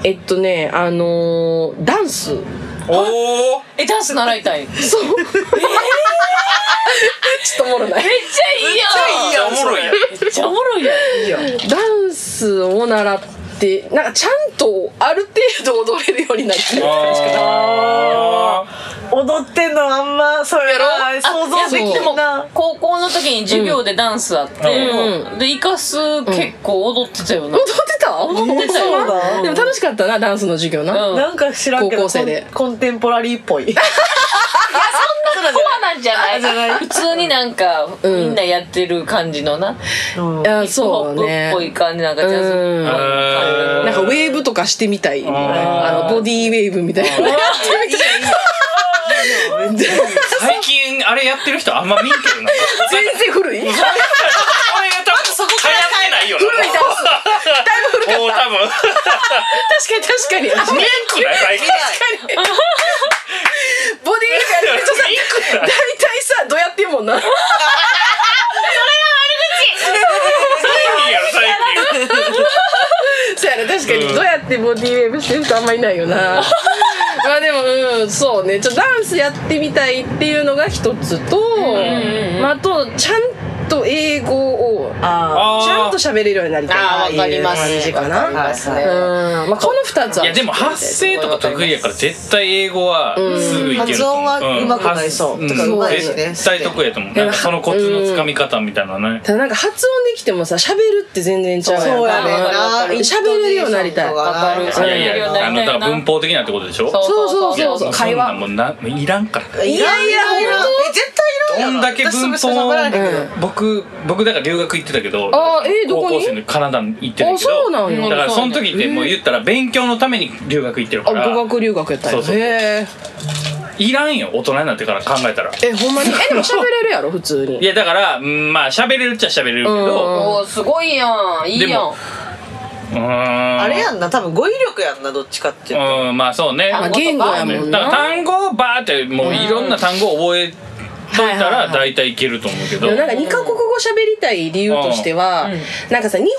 E: えっとねあのーダン ス
C: おお
D: えダンス習いたいめっち
E: そうちょっとおもろない
D: ゃいいや
C: おもろいやん
D: んめっちゃおもろいやん
E: ダンスを習ってなんかちゃんとある程度踊れるように なって
C: あ
B: 踊ってんのあんまそうやろ想像で
D: で
B: きん
D: も
B: な
D: 高校の時に授業でダンスあって、
E: う
D: でイカス結構踊ってたよな、
E: 踊ってた踊
D: ってたよ
E: でも楽しかったなダンスの授業な、
D: うん
B: なんか知らんけど
E: 高校生で
B: コンコンテンポラリーっぽいいやそんな
D: コアなんじゃない 普通になんか、
E: ん
D: みんなやってる感じのな、
E: いやそうだね
D: ヒップホップっぽい感じなんかジャズっぽい
C: うん
E: なんかウェーブとかしてみたいあのボディーウェーブみたいなやってみたい
C: 最近あれやってる人あんま見んけどな
E: 全然古いだいぶ
C: あれやったらそこから流行ってないよな
E: 古いダンス
C: 古いもう多分
E: 確かに
C: 見ん
E: 確かに
C: くない最近
E: ボディーウェーブやってるとさ
C: 見んくない
E: 大体さどうやってんもんな
C: いいやろ最近
E: そうやな確かに、
C: うん
E: どうやってボディーウェーブしてる人あんまいないよなまあでも、うん、そうねちょっとダンスやってみたいっていうのが一つと、まあ、あとちゃんと英語をち
B: あ
E: ゃんと
C: あ
E: 喋れるようになりたい
D: あ
E: な
D: ーわかります
E: っていう感じかな、
B: ーはいはい
E: うんまあ、この二つ
C: ー
E: はい
C: やでも発声とか得意やから絶対英語はすぐいけると思う
B: 発音は上手くなりそう
C: うん
B: てか上手いしね
C: 絶対得意やと思うなんかそのコツのつかみ方みたいなのね
E: ただなんか発音できてもさ喋るって全然ちゃうやん
B: そうやねん
D: わか
B: な
D: る
E: 喋れるようになりたい
B: わかる
D: わ
C: い
D: かる
C: やいやあのだから文法的なってことでしょ
D: そう
E: そうそう
C: い
E: そ
C: や
E: うそう
C: そん
E: 会
C: なん
E: 話
C: もうないらんから
B: いやいや
E: いやいや
B: ほんとえ絶対いる
C: ど
B: よ
C: んだけ文
B: 私それ喋らんけど
E: うん
C: 法僕僕だから留学行ってたけど
E: あーえーど
C: 高
E: こに
C: 校生のカナダに行ってたけど
E: あそうなんや
C: だからその時ってもう言ったら勉強のために留学行ってる
E: あ
C: から
E: 語学留学やったんや
C: そうそう
E: へ
C: いらんよ大人になってから考えたら
E: ええほんまにえでも喋れるやろ普通に
C: いやだからうんまあ喋れるっちゃ喋れるけど
D: おーすごいやんいい
C: で
D: やん
C: もうーん
B: あれやんな多分語彙力やんなどっちかっていうと
C: うんまあそうね
E: まあ、言語やもん
C: だから
E: な。
C: 単語をバーってもういろんな単語を覚えといた
E: はいはい
C: ら
E: はい
C: 大体いけると思うけど
E: でもなんか2カ国語喋りたい理由としては、なんかさ日本語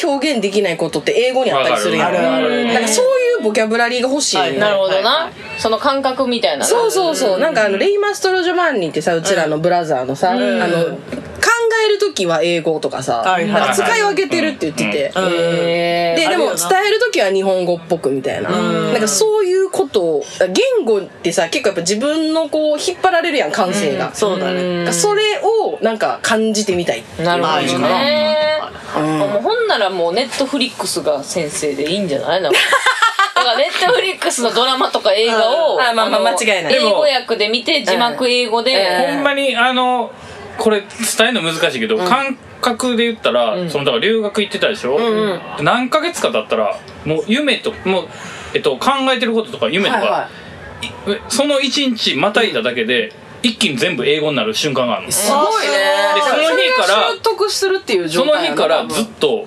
E: で表現できないことって英語にあったりするやん
C: わかるわかる
E: なんかそういうボキャブラリーが欲しい、
B: はい
D: なるほどな、その感覚みたいな
E: そうそうそうなんかあのレイ・マストロ・ジョバンニってさうちらのブラザーのさ、あの考える時は英語とかさ、
B: はいはい
E: なんか使い分けてるって言ってて、
B: うん
D: へ
E: で
B: あ
E: で
B: るよ
E: も
B: な
E: 伝える時は日本語っぽくみたいななんかそういうことを言語ってさ結構やっぱ自分のこう引っ張られるやん感性が、
B: そうだね
E: がそれをなんか感じてみたい
D: ーなるほど
B: まあ
D: ねもうほんならもうネットフリックスが先生でいいんじゃないなん かだからネットフリックスのドラマとか映画
E: うん
D: を
E: あまあまあ
D: の
E: 間違いない
D: 英語訳で見て字幕英語
E: うん
D: で
C: ほんまにあのこれ伝えるの難しいけど、感覚で言ったら、そのだから留学行ってたでしょ、何ヶ月かだったらもう夢ともう、えっと、考えてることとか夢とか、
E: はいはい
C: その一日またいだだけで一気に全部英語になる瞬間があるのそ
E: すごいね
C: でその日から
E: それを習得するっていう状
C: の
E: 態
C: 日からずっと考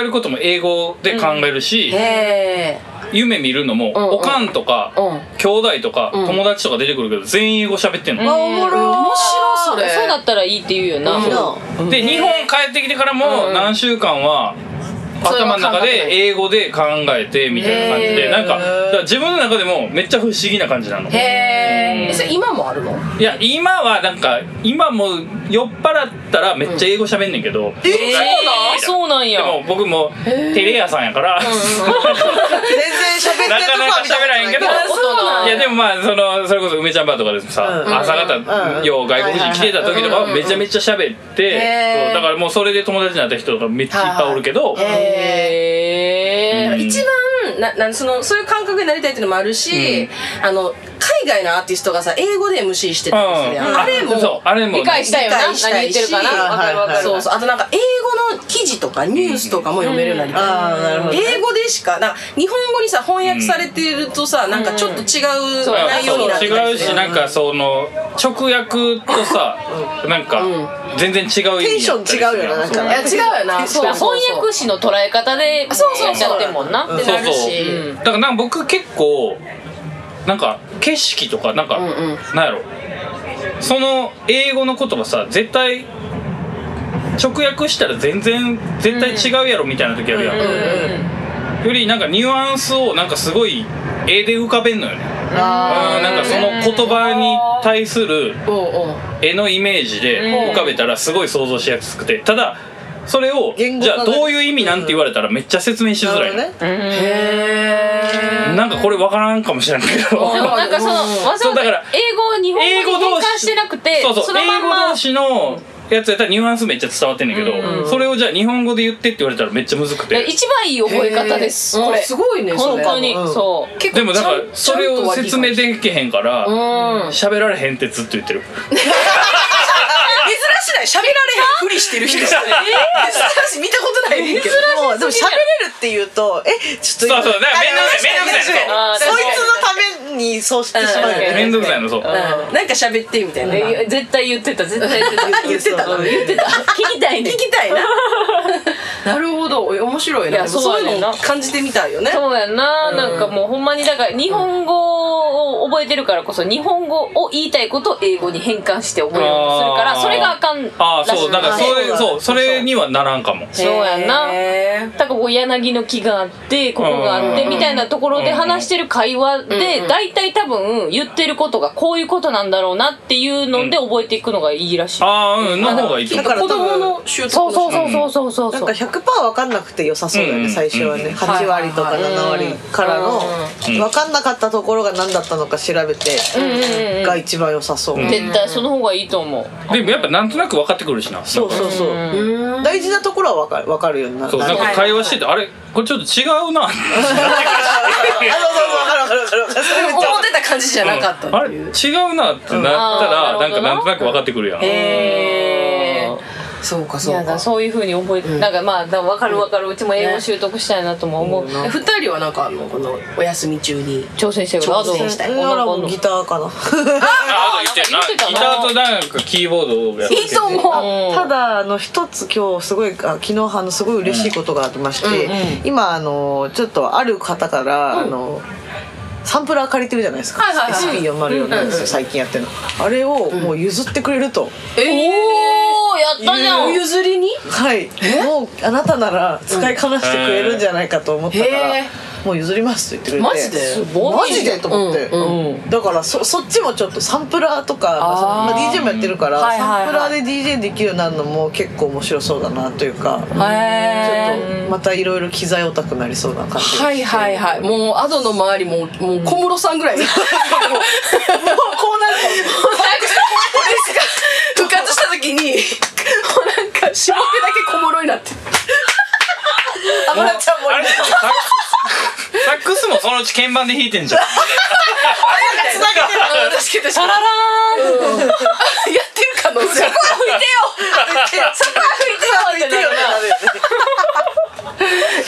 C: えることも英語で考えるし、
E: え
C: 夢見るのも、
E: んうん
C: おかんとか、
E: うん
C: 兄弟とか、友達とか出てくるけど全員英語喋ってんの、
B: おもろ
E: 面白いそれ
D: そうだったらいいって言うよな、
B: いな
C: で日本帰ってきてからも何週間は
E: それは
C: 頭の中で英語で考えてみたいな感じ
E: へ
C: で
E: ー
C: なんかだから自分の中でもめっちゃ不思議な感じなの
E: へえそれ今もあるの
C: いや今はなんか今も酔っ払ったらめっちゃ英語喋んねんけど
D: えーそうなん
C: で
D: や
C: も僕もテレ屋さんやから
B: 全然喋ってる
C: なかなか
B: とこ
C: 喋
B: は
C: らへんけ
B: 見
C: ど
B: たことない
D: そうなん
C: いやでもまあそのそれこそ梅ちゃんバーとかでもさ、
B: うん
C: 朝
B: う
C: 方
B: ん
C: よう外国人来てた時とかはめちゃめちゃ喋って、
E: へー
C: そうだからもうそれで友達になった人とかめっちゃいっぱいおるけど、
D: へー
C: うん
E: 一番ななそのそういう感覚になりたいっていうのもあるし、あの海外のアーティストがさ英語で MC してたりするやん、
C: うん
E: あれも
C: そうあれも
D: 理解したよな
E: 理解した
D: 何言
E: い
D: っ
E: して
D: るかなわかるわかる
E: そうそうあとなんか英語の記事とかニュースとかも読めるようになりたい、
B: あーなるほどね
E: 英語でしかなんか日本語にさ翻訳されてるとさ、なんかちょっと違う
D: そう
E: 内容になってた
C: 違う
E: りする
C: しなんかその直訳とさなんか全然違う意味やったりするや
B: テンション違うよななんか
C: そう
E: いや違うよなそうそうそう
D: 翻訳詞の捉え方で
E: そうそ
D: や
E: うそう
D: っちゃってんもんな
E: ってなるし
C: そうそうだからなんか僕結構なんか景色とかなんか、
E: うん
C: なんやろその英語の言葉さ絶対直訳したら全然絶対違うやろみたいな時あるやん、よりなんかニュアンスをなんかすごい絵で浮かべんのよね、
B: あ
C: うんなんかその言葉に対する
E: おうおう
C: 絵のイメージで浮かべたらすごい想像しやすくてただそれを
B: 言語
C: じゃあ
B: 化が
C: どういう意味なんて言われたらめっちゃ説明し
B: ー
C: づ
B: な
C: ら
B: る
C: い
B: ほど
C: の
B: ね
E: へ
C: なんかこれ分からんかもしれんけ ど
D: でもなんかそのわざ
C: そ
D: わざ
C: うだから
D: 英語を日
C: 英語
D: 本語に
C: 同
D: 変換し
C: 士
D: てなくて
C: そうそう
D: のまん
C: 英語
D: ま
C: 同士のやつやったらニュアンスめっちゃ伝わってんねんけど、それをじゃあ日本語で言ってって言われたらめっちゃむずく
D: いや
C: て
D: 一番いい覚え方です
E: へー
D: これ
E: あすごいねそ
D: 本
E: れ
D: 当に
B: うん
D: そう
E: 結
C: でもだからそれを説明
E: き
C: できへんから
E: うん
C: 喋られへんってずっと言ってる
E: 珍しない喋られへんふりしてる人珍しい見たことないねんけど
B: もうでも喋れるって言うとえちょっと
C: そうそうだからめんどくさいめんどくさい
D: あー
B: そいつのためにそうしてしまうよ
C: めん
B: ね
C: どくさいのそう
E: うんなんか喋ってみたいな
D: え絶対言ってた絶対言ってた
B: 言ってた
D: うん言ってた聞きたいね
E: 聞きたいな なるほど面白い
D: い
E: な
D: や
E: でも
D: そう
E: そう
D: やね
E: いうん
D: な
E: の感じてみたいよね
D: そうやんな、なんかもうほんまにだから日本語を覚えてるからこそ日本語を言いたいことを英語に変換して覚えようとするから
C: あー
D: それがあかんらしい
C: ああそうだからそれ
B: あそうだ
C: そうそれにはならんかも
D: そうやんな
E: へー
D: だからこう柳の木があってここがあっ
C: う
D: て
C: ん
D: みたいなところで話してる会話で大体多分言ってることがこういうことなんだろうなっていうので覚えていくのがいいらしい。
C: ああうんの方がいいと
B: だ
C: 思う
B: から多
E: 子供
B: 分
E: の習得
D: そうそうそううそうそうそう
B: なん
D: そ
B: か
D: う。
B: 100%分かんなくて良さそうだよ
C: うん
B: ね最初は
C: うん
B: ね8割とか7割からの
C: うん
B: 分かんなかったところが何だったのか調べてが一番良さそう
D: 絶対その方がいいと思う。
C: でもやっぱなんとなく分かってくるしな
B: そうそうそう大事なところは分かる分かるようになる
C: そうなんか会話しててあれこれちょっと違う な
B: あそうそうそう分かる分かる分かるそれめっちゃ
E: 思ってた感じじゃなかった
C: あれ違うなってなった
D: う
C: ら
D: んあー
C: なん
D: な
C: かな
D: る
C: ん
D: ほどな
C: となく分かってくるやん
D: へー
E: そうか
D: い
E: そ
D: や
E: う
D: だから
E: か
D: そういうふうに覚えて、なんかまあだから分かる分かるうちも英語習得したいなとも思う、
E: え二人はなんかあのこのお休み中に
D: 挑戦してる
E: 挑戦したい
B: それならもうギターかな
C: ああ言ってるな
D: なんか言ってた
C: ギ
D: な
C: ターとなんかキーボードをやってて
D: 思
B: ただあの一つ今日すごいあ昨日あのすごい嬉しいことがありまして、今あのちょっとある方から、あのサンプラー借りてるじゃないですか、
E: はいはいはい
B: SP404 なんですよ、最近やってるのあれをもう譲ってくれると、
D: おおやったじゃん
E: 譲りに
B: はいもうあなたなら使いこなしてくれるんじゃないかと思ったから、
E: へ
B: もう譲りますと言ってくれて
E: マジですごい
B: マジでと思って、
E: うんうん
B: だからそそっちもちょっとサンプラーとか
E: あー
B: そのまあ、DJ もやってるから、
E: はいはいは
B: サ
E: い
B: ンプラーで DJ できるようになるのも結構面白そうだなというか、
E: へ
B: ちょっとまたいろいろ機材オタクになりそうな感じ
E: ーはいはいはいもうアドの周りももう小室さん ぐらいもうこうなる俺しか復活した時にもうなんか下っぺだけ小室になってあばらちゃんも
C: あれだよねサックスサックスもそのうち鍵盤で弾いてんじゃん
E: あ確かに確かにうんやってる 可能性ある
B: 言ってよな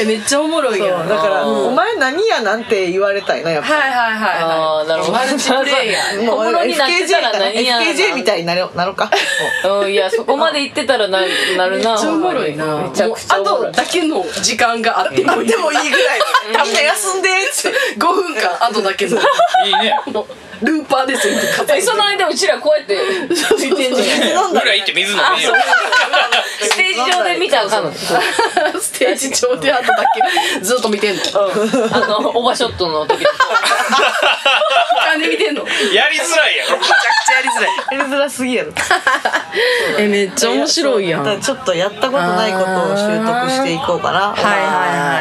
E: えめっちゃおもろいやん
B: だから、お前何やなんて言われたいなやっぱ
E: はいはいはいはい
D: あーなるほど
E: マルチプレイヤ ー
B: もう
D: 小室になってた
B: FKJ
D: ら
B: だ
D: 何や
B: FKJ みたいになろなろうか
D: うんいやそこまで言ってたらななるな
E: めっちゃおもろいな
D: めちゃくちゃおも
E: もう
D: ろ
E: あ
D: い
E: とだけの時間があってもいい
B: でもいいぐらいのみんな休んでって
E: 5分間あとだけの
C: いいね
E: ルーパーですよ
D: えその間うちらこうやってついてんじゃん
B: 飲 んだ
C: 裏行って水飲みよ
D: ステージ上で見たらあかんの
E: ステージ上であとだけずっと見てんの
D: あのオーバーショットの時
E: 他で見てんの
C: やりづらいやろ
B: やりづらすぎやろ
E: えめっちゃ面白いやん
B: だからちょっとやったことないことを習得していこうかな
E: は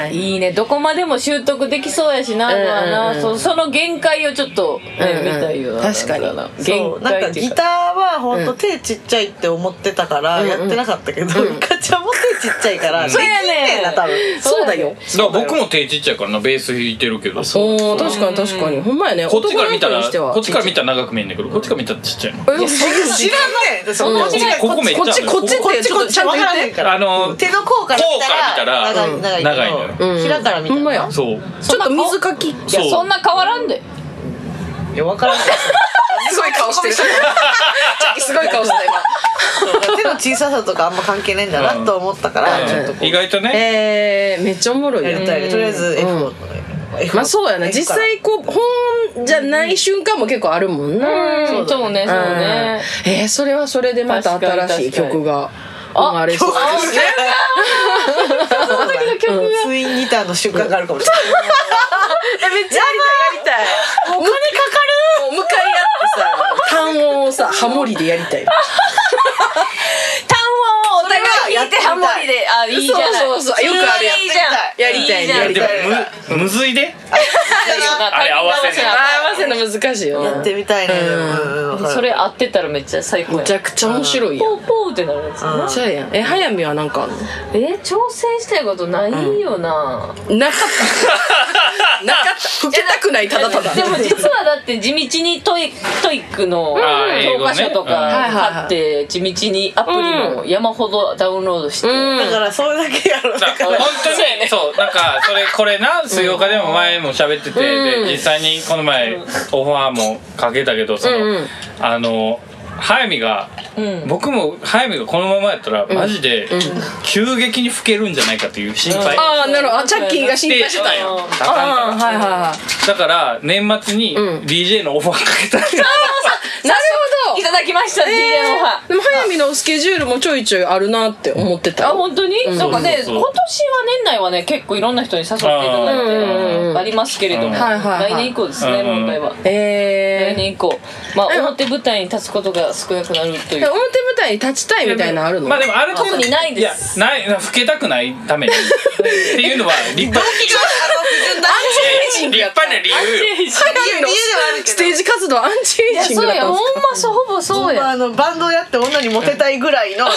E: いはい
D: いいねどこまでも習得できそうやしな,、
E: うんうんうん
D: そその限界をちょっと、ね
E: うんうん
D: 見たいよな
E: 確かに
D: なんな
B: そう
D: 限
B: なん
D: 界
B: か
D: って
B: ギ
D: いう
B: タ
D: か
B: ーは本当手ちっちゃいって思ってたからやってなかったけど、ガチャも手ちっちゃいからできん
D: うやね
B: ねんな多分
E: そうだよ
C: だから僕も手ちっちゃいからなベース弾いてるけどこ
E: おー確かに確かにほんまやね
C: っちから見た
E: 男
C: ら
E: の人にしては
C: こっちから見たら長く見えんだけどこっちから見たらちっちゃいの
E: えそんな
B: 知らんねんそこ
C: こっちここめっちゃ
E: こっちこっち
C: こ
E: ってちょっとちゃんと
B: わ
E: 言
B: か
E: っ
B: らへん
E: て
B: から
C: あのー
B: 手の甲から見たら
C: 甲から見たら
B: 長い長いけど
C: 長
E: いのようん
B: 平から見た
E: ほんま
B: ら
E: や
C: そう
E: ちょっと水か
D: い
E: き
D: や
C: そう
D: そんな変わらんで
B: いやわからんけど
E: すごい顔 してるチャッキーすごい顔してた今
B: 手の小ささとかあんま関係ないんだなと思ったから、ちょっとこう
C: 意外とね
E: えー、めっちゃおもろい
B: や
E: やん
B: りたいねとりあえず F を、 F
E: まあそうやな実際こう本じゃない瞬間も結構あるもんな、
D: うんそうねそうね
E: うんえーそれはそれでまた新しい曲が生まれそう
B: その時の曲がツインギターの瞬間があるかもしれない
E: めっちゃやりたいやりたいお金かかるもう向かい合ってさ単音をさハモリでやりたい
G: 単音をお互い弾いてハモリであいいじゃない
E: そうそうそうよくあるやつ
G: いいじゃん
E: やりたいねや
C: で
E: り
C: も
E: たい
C: むむずいであれ合わせ
E: あ
C: な
E: ー合わせるの難しいよ
B: や
E: な
B: ってみたいねうんうん
D: それ合ってたらめっちゃ最高
E: め
D: や
E: ちゃくちゃ面白いやん
D: ポーポーってなるやつ
B: うん
E: そうやんえ早見はなんかあんの
D: え挑戦したいことないよな
E: な かった。なかった。吹けたくない、ただただ。
D: でも実はだって地道にトイトイックの
C: あー英
D: 教
C: 語
D: 科
C: ね
D: 書と
E: うん
D: か買って地道にアプリも山ほどダウンロードして
E: うん
B: だからそれだけやろうだ
C: だ
B: か
C: からら本当にそうなんかそれこれな水曜日でも前も喋ってて
E: うん
C: で実際にこの前オファーもかけたけどその
E: うんうん
C: あの早見が
D: うん
C: 僕も早見がこのままやったらマジで急激に老けるんじゃないかという心配
E: ああ、なるほど。あ、チャッキーが心配してたんや。
C: うん
E: あ
C: あ
E: あ、はいはいはい。
C: だから年末に
E: ん
C: DJ のオファーかけた
E: なるほ
D: いただきました、DJ のオファー
E: ど。でも、早見のスケジュールもちょいちょいあるなって思ってた
D: あ
E: よ。
D: 本当に、なんかね
C: そうそうそう
D: 今年は年内はね結構いろんな人に誘っていただいて
E: うん
D: うんありますけれども、
C: うん
E: はいはいはい
D: 来年以降ですね、
C: うん
D: 問題は来
E: え
D: 年以降まあ表舞台に立つことが少なくなるとい
E: ー。
D: う
E: 表舞台に立ちたい みたいなのあるの
C: まあでもある程度
D: 特にないです
C: やない老けたくないためにっていうのは立派立派な理由
E: 早見の
B: 家ではあるけど
E: ステージ活動アンチエイジン
D: そ
E: グ
D: う
E: だっ
D: や
E: たん
D: ほん
E: ですか
D: まそうほぼそう
B: まあ
D: や
B: あのバンドをやって女にモテたいぐらいの
E: あ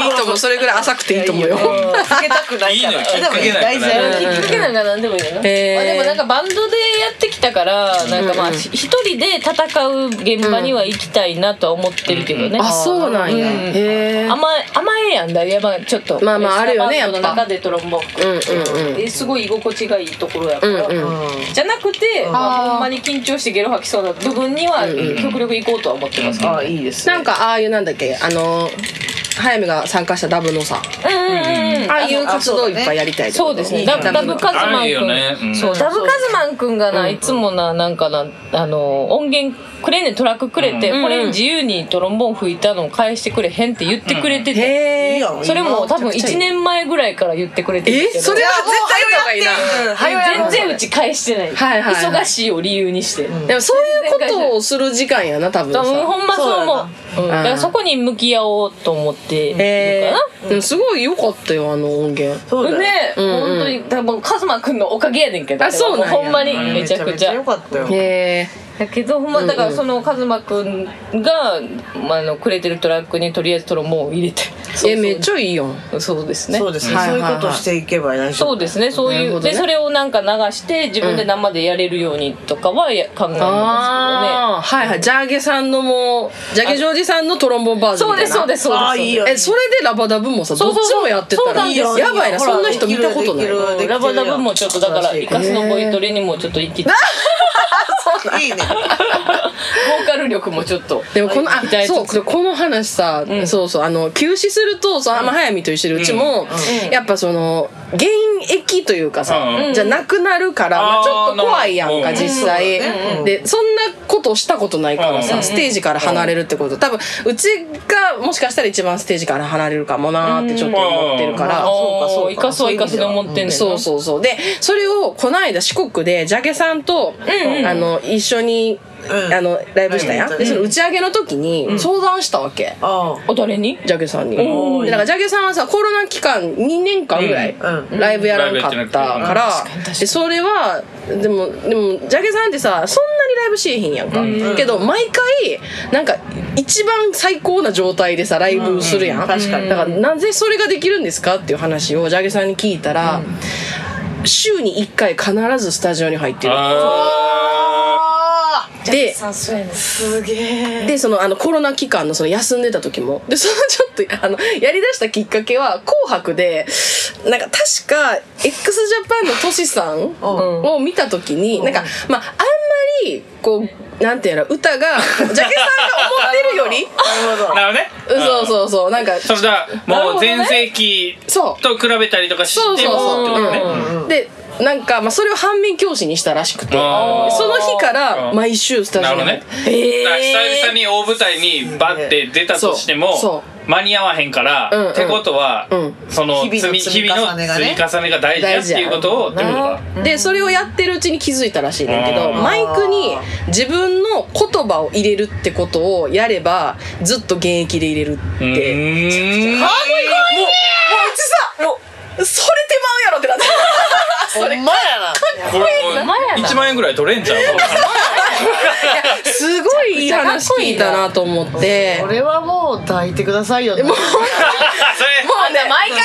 E: ーいいと思う。それぐらい浅くていいと思うよ。
B: つけたくないから
C: いいのよきっかけな
B: でも大
C: んかね
B: 事や
D: きっかけなんか何でもいいよな、
E: へー
D: まあ、でもなんかバンドでやってきたからなんかまあひ一人で戦う現場には行きたいなとは思ってるけどね、
E: あ、そうなんや。
D: うん
E: へえ。
D: 甘え甘えやんだいやまあちょっと
E: まあまああるよね
D: バンドの
E: やっぱ
D: 中でトロンボーン
E: うんうんうん。
D: えすごい居心地がいいところやか
E: う
D: ら、
E: んうん。
D: じゃなくて、まあ、ほんまに緊張してゲロ吐きそうな部分には極力行こうとは思ってますけど
B: あいいですね
E: なんか、ああいうなんだっけ、あの、早見が参加したダブのさ。
D: うんうんうん
E: ああいう活動いっぱいやりたいってこ
D: そ
E: と
D: うですねダブダブカズマ
C: あ
D: ン
C: るよねう
D: 君
C: ん
D: そうダブカズマン君がないつもななんかなあの音源くれんねんトラックくれて
E: うん
D: これ自由にトロンボーン吹いたの返してくれへんって言ってくれてて
B: い
E: へ
B: い
E: え。
B: やん
D: それも多分1年前ぐらいから言ってくれてるけど
E: え、それは絶対やった方がいいな。
D: 全然うち返してない
E: はいはいはい
D: 忙しいを理由にして
E: でもそういうことをする時間やな、多分
D: 多
E: さ。
D: 分ほんまそう思ううん
E: ん
D: だからそこに向き合おうと思ってる
E: へ
D: かな
E: え。でもすごい良かったよ、あの音源。
B: そうだよ
D: ね、
E: んうん
D: 本当に多分カズマくんのおかげやねんけど
E: あそうなんや
D: もほんまにめ
B: め
D: ち
B: ち
D: ゃ
B: ゃ
D: く
B: く
D: ち
B: ちゃ
D: ゃ
B: 良かったよ
E: へえ。
D: だけどほんまだからそのカズマくんが、まあ、あのくれてるトラックにとりあえずトロンボーンを入れてそう
E: え、めっちゃいいやん。
D: そうですね
B: そうですね
E: はい
B: そ
E: は
B: う
E: い
B: い
E: はいう
B: ことしていけば大丈
D: そ
B: 夫
D: うですねそう
E: なる
D: い
E: ほ
D: う、
E: どね
D: でそれをなんか流して自分で生でやれるようにとかはや考えてま
E: ああ、はいはい。ジャーゲさんのも、ジャーゲジョージさんのトロンボンバー
D: す
E: ジ
D: け
E: ョ
D: ど
E: ン。
D: ねそうですそうですすそうです
B: あーいいよ
E: え、それでラバダブもさ、ど
D: そ
E: っ
D: うそう
E: ち
D: そう
E: もやってた
D: そうな
E: ら、
D: んですよ
E: やばいな、
B: ほ
E: そ
B: ら
E: んな人見たことな
B: で
E: い
B: きる。できる
D: ラバダブもちょっとだから
B: 素晴らしい
D: イカスのボイトレにもちょっと行きボ
B: いいね
D: ーカル力もちょっと
E: でもこの、あ
D: 期待、しつつ
E: そう、でこの話さ、そうそう、あの、休止すると、その、あんま早見と一緒で、うちも、やっぱその、現役というかさ、
C: うん
E: じゃなくなるから、まあ
C: あー
E: ちょっと怖いやん
C: な
E: か、
C: るほど
E: 実際、
B: うん
E: で、そんなことしたことないからさ、
C: うん
E: ステージから離れるってこと、多分、うちがもしかしたら一番ステージから離れるかもなーってちょっと思ってるから、
B: あそうかそうか
D: イカスはイカスで思ってんねんな
E: そうそうそう。で、それを、この間四国で、ジャケさんと、あの、一緒に、
B: うん
E: あの、ライブしたやん。
B: うん
E: で、その打ち上げの時に、相談したわけ。
B: あ
D: お誰に
E: ジャケさんに。でだから、ジャケさんはさ、コロナ期間2年間ぐらい、
B: うん
E: ライブやらんかった
C: うん
E: から、で、それは、でも、でも、ジャケさんってさ、そんなにライブしえへんやんか。けど、毎回、なんか、一番最高な状態でさ、ライブするやん。
B: うん確かに
E: だから、なぜそれができるんですかっていう話を、ジャケさんに聞いたら、週に1回必ずスタジオに入ってる。
C: あ
B: あ
E: で、
B: すげえ
E: でそのあのコロナ期間のその休んでた時もでそのちょっとあのやりだしたきっかけは「紅白で」なんか確か x ジャパンのトシさん
B: うん
E: を見た時になんかまああんまりこうなんていうの歌がジャケさんが思ってるより
B: なる
C: ー
B: ほど
C: なるほどね
E: そうそうそうなんか
C: それだもう全盛期
E: そう
C: と比べたりとかしても
E: そうそうそう
C: ってことね
E: でなんか、まあ、それを反面教師にしたらしくて
C: あー
E: その日から毎週スタジオに
C: なるほど
E: へ
C: だから
E: ー
C: 久々に大舞台にバッて出たとしても
E: そうそ
C: 間に合わへんから、
E: うんうん
C: ってことは、
E: うん
C: その
B: 日々の
C: 積み
B: 積み
C: 日々
B: 重
C: の
B: ねがね
C: 積み重ねが大事だっていうことをってことか
E: でそれをやってるうちに気づいたらしいねんだけど
C: うん
E: マイクに自分の言葉を入れるってことをやればずっと現役で入れるっ
C: うーん
E: て
C: かっ
E: もうそれ手間やろってなって
B: ほんまやな
C: こいいこれもう1万円ぐらい取れん じゃん
E: すごいいい話聞いたなと思って
B: これはもう抱いてくださいよもう
C: それ
E: うね毎回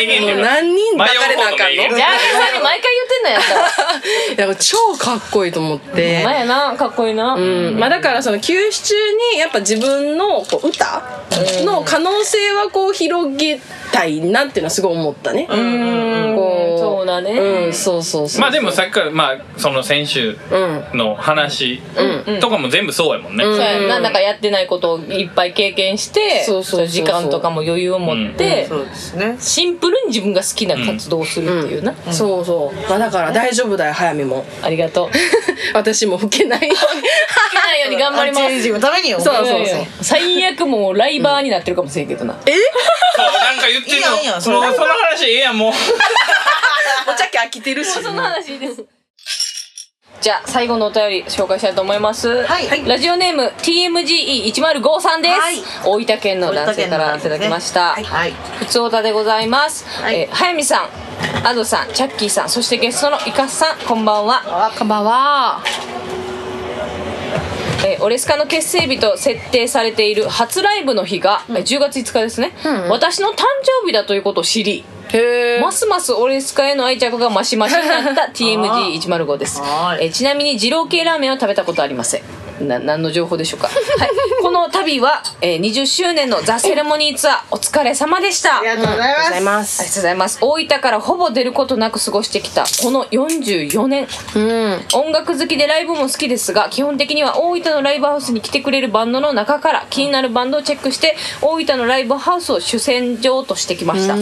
C: 名言名言
E: 何人抱かれなあかん
C: 迷う方の名
E: の
C: 言
D: ジャーニーさんに毎回言ってんのやったら。
E: いや超かっこいいと思 って
D: まやな、かっこいいな。
E: うんまあ、だからその休止中にやっぱ自分のこう歌の可能性はこう広げたいなっていうのはすごい思ったね。
D: うん
E: こう
D: そうだね。
E: うん、そうそうそう。
C: まあでもさっきからまあその先週
E: うん。
C: の話とかも全部そうやもんね、
E: ん
D: そうやななんかやってないことをいっぱい経験して
E: そうそうそうそう
D: 時間とかも余裕を持って、
B: そうですね
D: シンプルに自分が好きな活動をするっていうな、
E: そうそう。まあだから大丈夫だよ、早見も。
D: ありがとう 好
E: 私も老けないように。
D: きなように頑張りま
B: アンチエイ
D: す
B: ジングのためによ
E: そう
D: いやいや
E: そう
D: 最悪もうライバーになってるかもしれんけどな、
C: そうなんか言ってんの
B: いいやんいいやんそ
C: そ
B: れ
C: のその話ええやんもう
E: お茶家飽きてるし。
D: その話いいですじゃあ最後のお便り紹介したいと思います、
B: はい
D: ラジオネーム TMGE1053 さんです、大分県の男性からいただきました、
B: はい
D: ふつおたでございます。
B: い
D: えー早見さん、アドさん、チャッキーさん、そしてゲストのイカスさん、こんばんは。こんばんは。えーオレスカの結成日と設定されている初ライブの日が、えー10月5日ですね、私の誕生日だということを知り
E: へ
D: ますますオレスカへの愛着が増し増しになった TMG105 です
B: は、い
D: えーちなみに二郎系ラーメンは食べたことありませんな何の情報でしょうか、はい、この旅は、えー20周年のザ・セレモニーツアーお疲れ様でした
B: ありがとうございます,、
E: ございま
D: あり
E: す。
D: がとうございます大分からほぼ出ることなく過ごしてきたこの44年
E: うん。
D: 音楽好きでライブも好きですが基本的には大分のライブハウスに来てくれるバンドの中から気になるバンドをチェックして大分のライブハウスを主戦場としてきました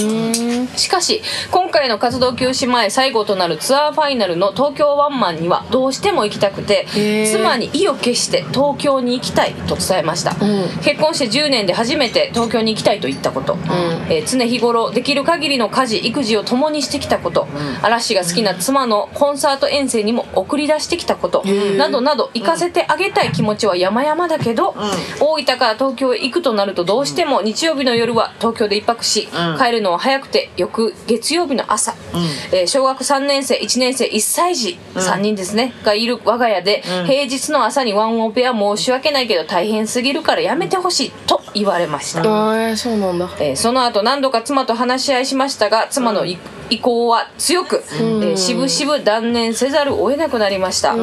D: しかし今回の活動休止前最後となるツアーファイナルの東京ワンマンにはどうしても行きたくて妻に意を決して東京に行きたいと伝えました、結婚して10年で初めて東京に行きたいと言ったこと、えー常日頃できる限りの家事育児を共にしてきたこと、嵐が好きな妻のコンサート遠征にも送り出してきたこと、などなど行かせてあげたい気持ちは山々だけど、大分から東京へ行くとなるとどうしても日曜日の夜は東京で一泊し、
B: うん
D: 帰るのは早くて翌月曜日の朝、えー小学3年生1年生1歳児、3人ですねがいる我が家で、平日の朝にワンオペは申し訳ないけど大変すぎるからやめてほしいと言われました、
E: ああ、そうなんだ。
D: えーその後何度か妻と話し合いしましたが妻のい意向は強く、えー、渋々断念せざるを得なくなりました、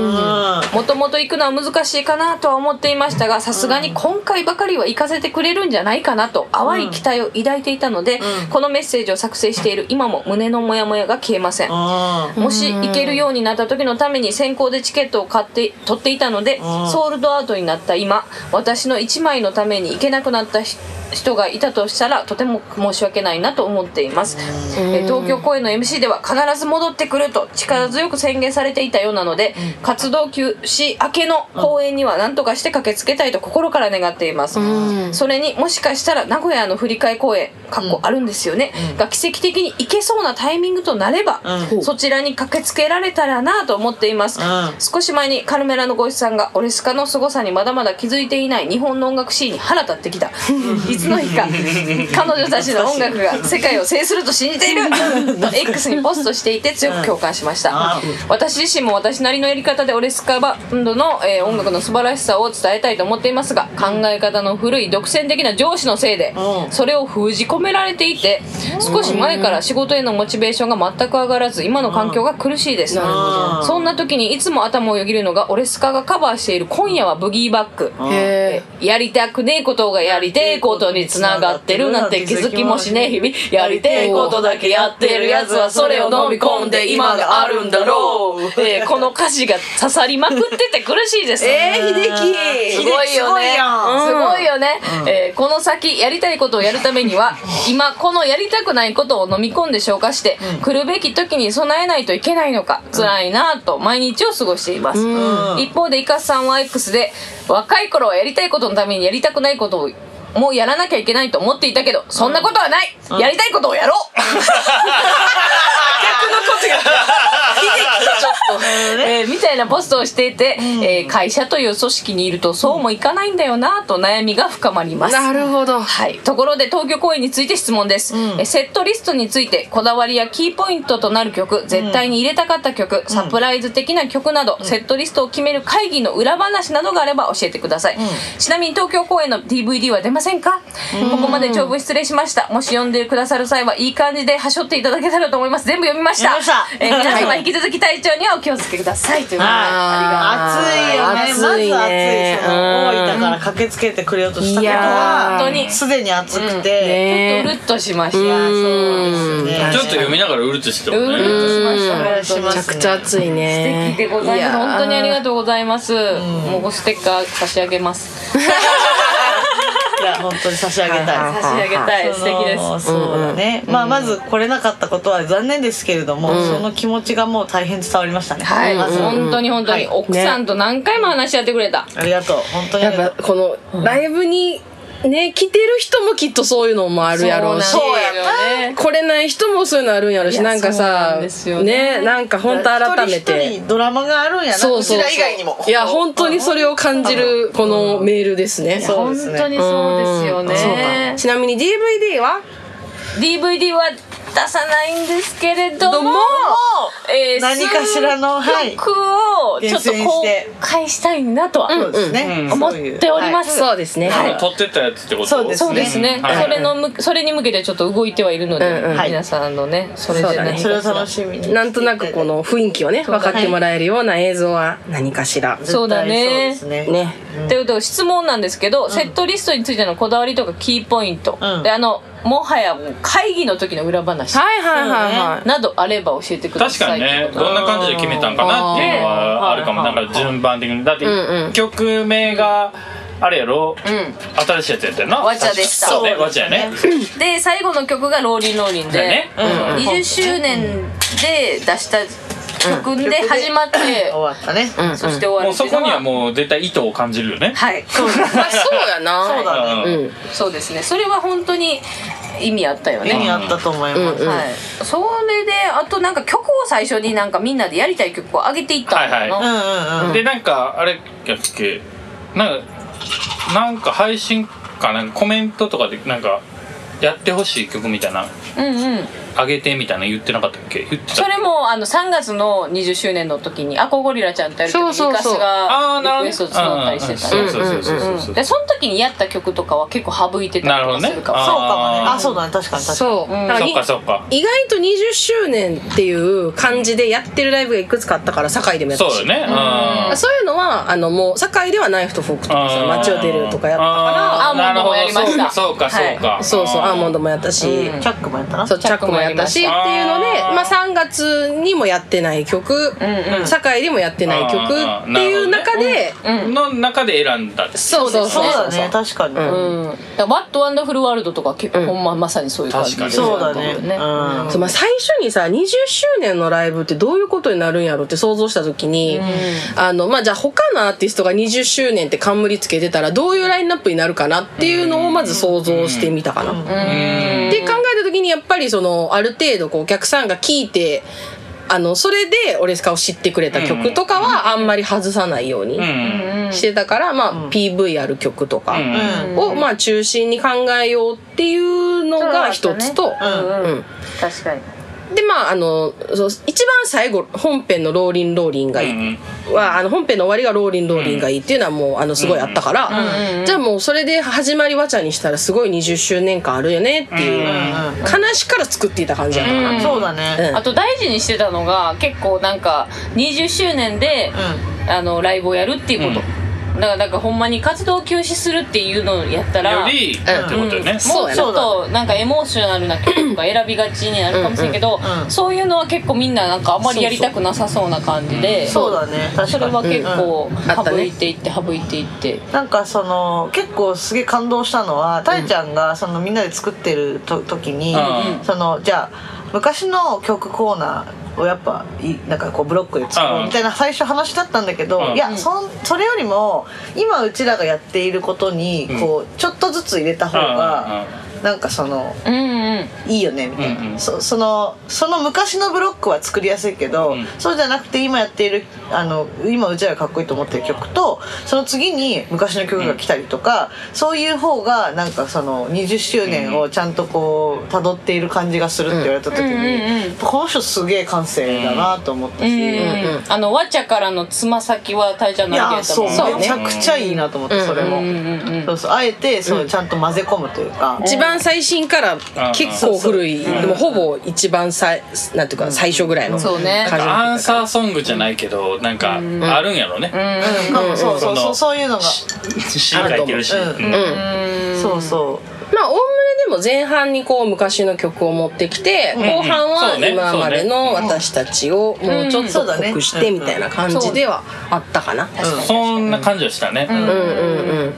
D: もともと行くのは難しいかなとは思っていましたがさすがに今回ばかりは行かせてくれるんじゃないかなと淡い期待を抱いていたので、このメッセージを作成している今も胸のモヤモヤが消えません、
B: うん
D: もし行けるようになった時のために先行でチケットを買って取っていたのでソールドアウトになった今私の1枚のために行けなくなったひ人がいたとしたらとても申し訳ないなと思っています、えー東京公演の MC では必ず戻ってくると力強く宣言されていたようなので、活動休止明けの公演には何とかして駆けつけたいと心から願っています、それにもしかしたら名古屋の振り替え公演かっこあるんですよね、が奇跡的に行けそうなタイミングとなれば、
B: う
D: そちらに駆けつけられたらなと思っています、
B: うん
D: 少し前にカルメラのご一さんがオレスカの凄さにまだまだ気づいていない日本の音楽シーンに腹立ってき たいつの日か彼女たちの音楽が世界を制すると信じていると X にポストしていて強く共感しました私自身も私なりのやり方でオレスカバンドの、えー音楽の素晴らしさを伝えたいと思っていますが考え方の古い独占的な上司のせいで
B: うん
D: それを封じ込められていて少し前から仕事へのモチベーションが全く上がらず今の環境が苦しいです
B: うん
D: そんな時にいつも頭をよぎるのがオレスカがカバーしている「今夜はブギーバック」
E: へえ。
D: やりたくねえことがやりてえことにつながってるなんて気づきもしねえ日々やりてえことだけやってるやつはそれを飲み込んで今があるんだ ろう、えーこの歌詞が刺さりまくってて苦しいです
E: えー、秀
D: す
E: 樹
D: ごいよね
B: すごいや
D: すごいよね、えーこの先やりたいことをやるためには今このやりたくないことを飲み込んで消化して、来るべき時に備えないといけないのか辛いなぁと毎日を過ごしています、
B: うん
D: 一方でイカスさんは X で若い頃はやりたいことのためにやりたくないことをもうやらなきゃいけないと思っていたけどそんなことはない、やりたいことをやろう えーみたいなポストをしていて、えー会社という組織にいるとそうもいかないんだよなと悩みが深まります。
E: なるほど
D: はい、ところで東京公演について質問です、えーセットリストについてこだわりやキーポイントとなる曲絶対に入れたかった曲、サプライズ的な曲など、セットリストを決める会議の裏話などがあれば教えてください、ちなみに東京公演の DVD は出ませんか、ここまで長文失礼しましたもし読んでくださる際はいい感じで端折っていただけたらと思います全部読みました
B: 読みました
D: えー皆様引き続き体調にはお気をつけくださいということで
E: あ
B: 暑
E: ー
B: いよねまず暑いその大分から駆けつけてくれようとしたこと
D: 本
B: は
D: 当に
B: すでに暑くて、
D: ちょっとうるっとしました
B: そうですね
C: ちょっと読みながらうるっとしてた
D: う
C: もんね
D: るっとしました
B: お願いしま
E: めちゃくちゃ暑いね
D: 素敵でございます。本当にありがとうございます。もうステッカー差し上げます。
B: いや本当に差し上げたい
D: 差し上げたい。素敵です。
B: すそうだね、まあまず来れなかったことは残念ですけれども、その気持ちがもう大変伝わりましたね
D: はい、
B: まず
D: 本当に本当に、
B: はい
D: 奥さんと何回も話し合ってくれた。
B: ありがとう本当にあ
E: や
B: りが
E: っ
B: と
E: ぱこのライブにね来てる人もきっとそういうのもあるやろうし
D: そうなんですよね。
E: 来れない人もそういうのあるんやろしなんか
D: そうな
E: さ
D: んですよね
E: ねなんか
B: う
E: 本当改め
B: 一人一
E: て
B: 人ドラマがあるんやな
E: そうそう
B: ちら以外にも
E: いや本当にそれを感じるこのメールですね
B: そう
D: 本
B: ですね
D: 当にそうですよね。
E: ちなみに DVD は
D: DVD は出さないんですけれども、
E: ども
D: えー
B: 何かしらのはい
D: 曲をちょっと
B: 厳選し
D: 公
B: て
D: 開したいなとは
B: そうですね、
D: 思っておりますす。
E: そうですね
C: あの撮ってたやつってこと
B: そうです
D: そうですね。
C: はい
D: それのむそれに向けてちょっと動いてはいるので、
E: うんうん
B: はい
D: 皆さんのね、それ
E: そう
D: で
E: だね
D: ね、
B: それを楽しみに
E: なんとなくこの雰囲気をね分かってもらえるような映像は何かしら
D: そうだね
B: 絶対そうですね
E: ね
D: ということで質問なんですけど、セットリストについてのこだわりとかキーポイント、
B: うん
D: であのもはやもう会議の時の裏話
E: はいはいはいはい
D: などあれば教えてくだ
C: 確か
D: さい
C: に
D: とい
C: ね
D: うこと
C: どんな感じで決めたんかなっていうのはあるかも
D: あ
C: な
D: ー
C: んか順番的にだって
E: んうん
C: 曲名があれやろ新しいやつやったよな
D: わちゃでした
C: そうねわちゃやね
D: でで最後の曲が「ローリンローリンで」
C: だね
D: 20周年で出した曲で始まって、
B: 終わったね、
D: そして終わ
C: も
D: る
C: う
D: って
C: そ
D: いうの
C: こ
D: は
C: にはもう絶対意図を感じるよね
D: はい そう
E: まあそうや
B: そう
E: な
B: だね、
C: うん
E: うん
D: そうですねそれは本当に意味あったよ
B: 意味
D: ね、
B: あったと思います、
E: うんうん
D: はい、それであとなんか曲を最初になんかみんなでやりたい曲を上げていったんだよな、
C: は
B: うんうんうん
C: でなんかあれやっけなんかなんか配信かなんかコメントとかでなんかやってほしい曲みたいな
D: うんうん
C: あげてみたいな言ってなかったっけ言って
D: そ
C: た
D: れもあの3月の20周年の時にアコゴリラちゃんとやる時に
E: そうそうそう
D: イカスがリ
C: なる
D: クエスト募ったりしてた
C: う
D: ね
C: んうんそうそうそうそうそう
D: でその時にやった曲とかは結構省いてた
C: なる
D: り
C: ほ
D: とか
C: どね
D: するかも
B: そうかもねあそうだね確かに確かに
E: そう
D: うん
E: だら
C: そ
E: に
C: っかそっか
E: 意外と20周年っていう感じでやってるライブがいくつかあったから堺でもやった
C: そう
E: し
C: だよねうん
E: そういうのはあのもう堺ではナイフとフォークとかさ
C: あー
E: 街を出るとかやった
D: ら
C: あ
D: アーモンドもやりました
C: なるほどそうかそうかそうか、
E: からそうそうアーモンドもやったし、
B: チャックもやったな
E: そうチャックもやった
D: チャ
C: ックもや
E: しっていう
C: りま
E: の
C: した
E: でまあ、3月にもやってない曲、
D: んうん
E: 堺でもやってない曲
C: あー
E: っていう中で、
C: の中で選んだって
E: そうそう
B: そ
E: そう
B: だ
E: う
B: ね確かに、
D: うん、だから「ワットワンダフルワールドとか結構、ほんままさにそういう感じ
C: 確かに
B: そうだね
D: よ
B: うん
E: そうまあ、最初にさ20周年のライブってどういうことになるんやろって想像した時に、あのまあ、じゃあ他のアーティストが20周年って冠つけてたらどういうラインナップになるかなっていうのをまず想像してみたかな。で考えた時にやっぱりそのある程度こうお客さんが聞いてあのそれで「オレスカ」を知ってくれた曲とかはあんまり外さないように
C: うんうん
E: してたから、まあ、PV ある曲とか。
C: うん
E: をまあ中心に考えようっていうのが一つと、うん、
D: 確かに
E: でまああのそう一番最後本編の「ローリンローリン」がいい、
C: うん
E: はあの本編の終わりが「ローリンローリン」がいいっていうのはもうあのすごいあったから、じゃあもうそれで始まりわちゃにしたらすごい20周年間あるよねっていう、悲しから作っていた感じやったな、
B: そうだね
E: うん
D: あと大事にしてたのが結構なんか20周年で、あのライブをやるっていうこと、だからなんかほんまに活動休止するっていうのをやったら
C: より、ってことよね、
D: もうちょっとなんかエモーショナルな曲とか選びがちになるかもしれんけど、
B: うんうん
D: そういうのは結構みんななんかあんまりやりたくなさそうな感じで
B: そうだね確かに
D: それは結構
E: んあったね
D: 省いていって省いていって、
B: なんかその結構すげえ感動したのはたえちゃんがそのみんなで作ってると時に、
C: うん
B: そのじゃあ昔の曲コーナーをやっぱいなんかこうブロックで作ろうみたいな最初話だったんだけど、
C: うん
B: いやそんそれよりも今うちらがやっていることにこうちょっとずつ入れた方がなんかその
D: うんうん
B: いいよねみたいな、
C: うんうん
B: そそのその昔のブロックは作りやすいけど、
C: うん
B: そうじゃなくて今やっているあの今うちらがかっこいいと思ってる曲とその次に昔の曲が来たりとか、そういう方がなんかその20周年をちゃんとこう辿っている感じがするって言われた時に、
D: うんうんうん
B: この人すげえ感性だなと思ったし、
D: うんうんあのわちゃからのつま先は大ちゃん
B: い
D: のアイデアや
B: や
D: ったも
B: そ
D: ん
B: う
D: ね
E: そうね
B: めちゃくちゃいいなと思って、それも、
D: うんうんうん
B: そうそうあえてそうちゃんと混ぜ込むというか、
E: 一番最新から結構古い、
C: うん
E: でもほぼ一番最なんていうか最初ぐらいの
D: そうね
E: 感じ
C: アンサーソングじゃないけどなんかあるんやろね、
B: うんそうそうそうそういうのが、
C: 詩書いてるし、
B: うん
C: うん
B: そうそう。
E: まあおおむねでも前半にこう昔の曲を持ってきて、後半は
C: そうね
E: 今までの私たちをもうちょっと濃くしてみたいな感じではあったかな。
C: そんな感じはしたね、
E: うんうんうん。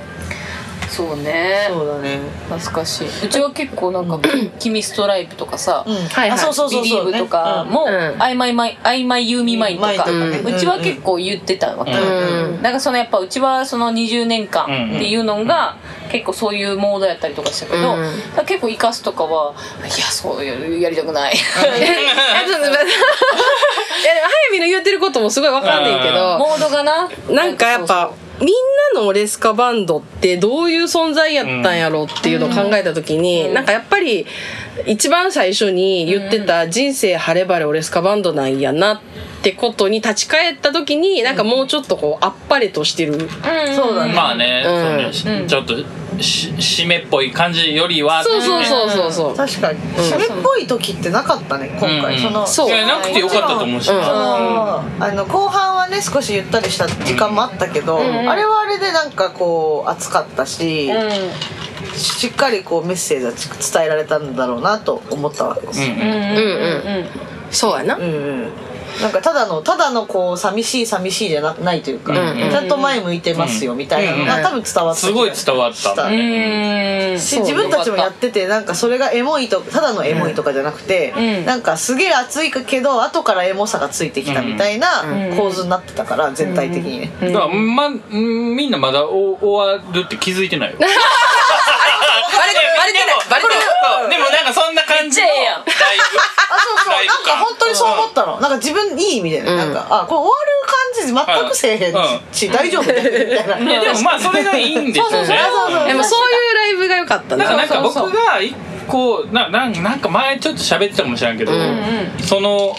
D: そうね
B: そうだね。
D: 懐かしいうちは結構なん か「君ストライプ」とかさ、
E: はい
B: あそうそう
D: ビ
B: そう
D: リ
B: そ
D: ー
B: う。
D: ブとか
B: ね
D: も、
E: うんうん
D: あいまいまい、あいまいゆみまいと
B: まいと
D: か、
B: かね
D: うちは結構言ってたわけ。
E: うん
D: なんかそのやっぱうちはその20年間っていうのが結構そういうモードやったりとかしたけど、
E: うん
D: だから結構生かすとかは、いや、そういうやりたくない。
E: あちょっと いやでも早見の言ってることもすごいわかんないけ ど、
D: モードがな。
E: なんかやっぱみんなのレスカバンドってどういう存在やったんやろっていうのを考えた時に、なんかやっぱり一番最初に言ってた人生晴れ晴れオレスカバンドなんやなってことに立ち返った時になんかもうちょっとこうあっぱれとしてる
B: そうだね。
C: まあね、そのちょっとし締めっぽい感じよりは
E: そうそうそうそうそう
B: 確かに。それっぽい時ってなかったね今
C: う
B: 回
C: ん
B: その。
E: そう
C: いやなくてよかったと思うし、
E: うん
B: そのあの後半はね少しゆったりした時間もあったけど、あれはあれでなんかこう熱かったし、しっかりこうメッセージは伝えられたんだろうなと思ったわけですよ。
E: うんうんそうやな
B: うんうんなんかただのただのこう寂しい寂しいじゃなないというか、
E: ん
B: ちゃんと前向いてますよみたいなのが、
E: うん
B: 多分伝わって
C: すごい伝わった
B: した
C: ね、
D: うん。
B: し自分たちもやっててなんかそれがエモいとただのエモいとかじゃなくて、
D: うん
B: なんかすげえ熱いけど後からエモさがついてきたみたいな構図になってたから全体的にね、
C: だから、ま、みんなまだお終わるって気づいてないよバレて
E: バレてないバレてない
C: でもなんかそんな感じ
D: めっちゃ
C: の
D: ええやん
C: ライ
B: あ
C: ブ
B: そうそ
C: ラ
B: う
C: イ
B: なん
C: ブ
B: か
C: 感
B: 本当にそう思ったの、なんか自分いい意味でね、なんかあこれ終わる感じ全くせえへんし、大丈夫だよみたいな、
C: いやでもまあそれがいいんでしょうね
E: でもそういうライブが良かった
C: だから
E: な
C: なんか僕が一個ななんなんか前ちょっと喋ってたかもしれんけど、その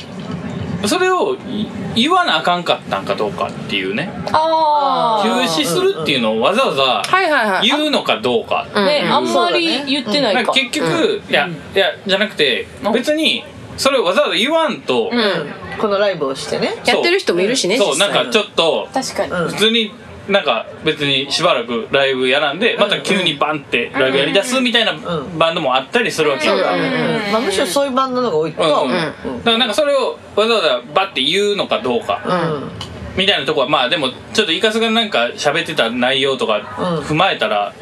C: それをい言わなあかんかったんかどうかっていうね
D: あ
C: 休
D: あ。
C: 止するっていうのをわざわざ
E: はいはいはい
C: 言うのかどうか
D: ね、
E: うん
D: あんまり言ってな
C: なん
D: いか
C: か。結局、いやいやじゃなくて別にそれをわざわざ言わんと、
B: うんこのライブをしてね
C: そう
E: やってる人もいるしね
C: そう
E: 実際
C: なんかちょっと
D: 確かに。
B: うん
C: 普通になんか別にしばらくライブやらんでまた急にバンってライブやりだすみたいな
B: うん
C: バンドもあったりするわけやから、
B: うんまあ、むしろそういうバンドの方が多いとは
C: うん
B: 思
C: だからなんかそれをわざわざバッて言うのかどうか
B: う、うん
C: みたいなとこはまあでもちょっとイカスがなんか喋ってた内容とか
B: うん
C: 踏まえたら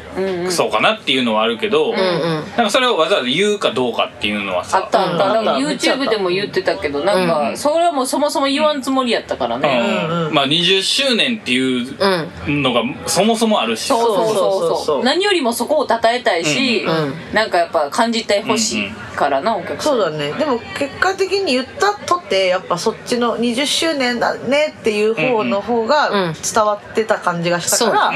C: そうかなっていうのはあるけど、なんかそれをわざわざ言うかどうかっていうのは
D: あ
C: さ
D: ったあった。なんか YouTube でも言ってたけど、なんか、それはもうそもそも言わんつもりやったから
C: う
D: ね。
C: んまあ20周年っていうのがそもそもあるし、
D: そうそう
B: そ
D: そ
B: うそうう
D: そ
B: そうう
D: 何よりもそこを称えたいし、
C: うん
D: なんかやっぱ感じてほしいからな、お客さん
B: そうだねでも結果的に言ったとてやっぱそっちの20周年だねっていう方の方
E: うん
B: が伝わってた感じがしたから、
D: うん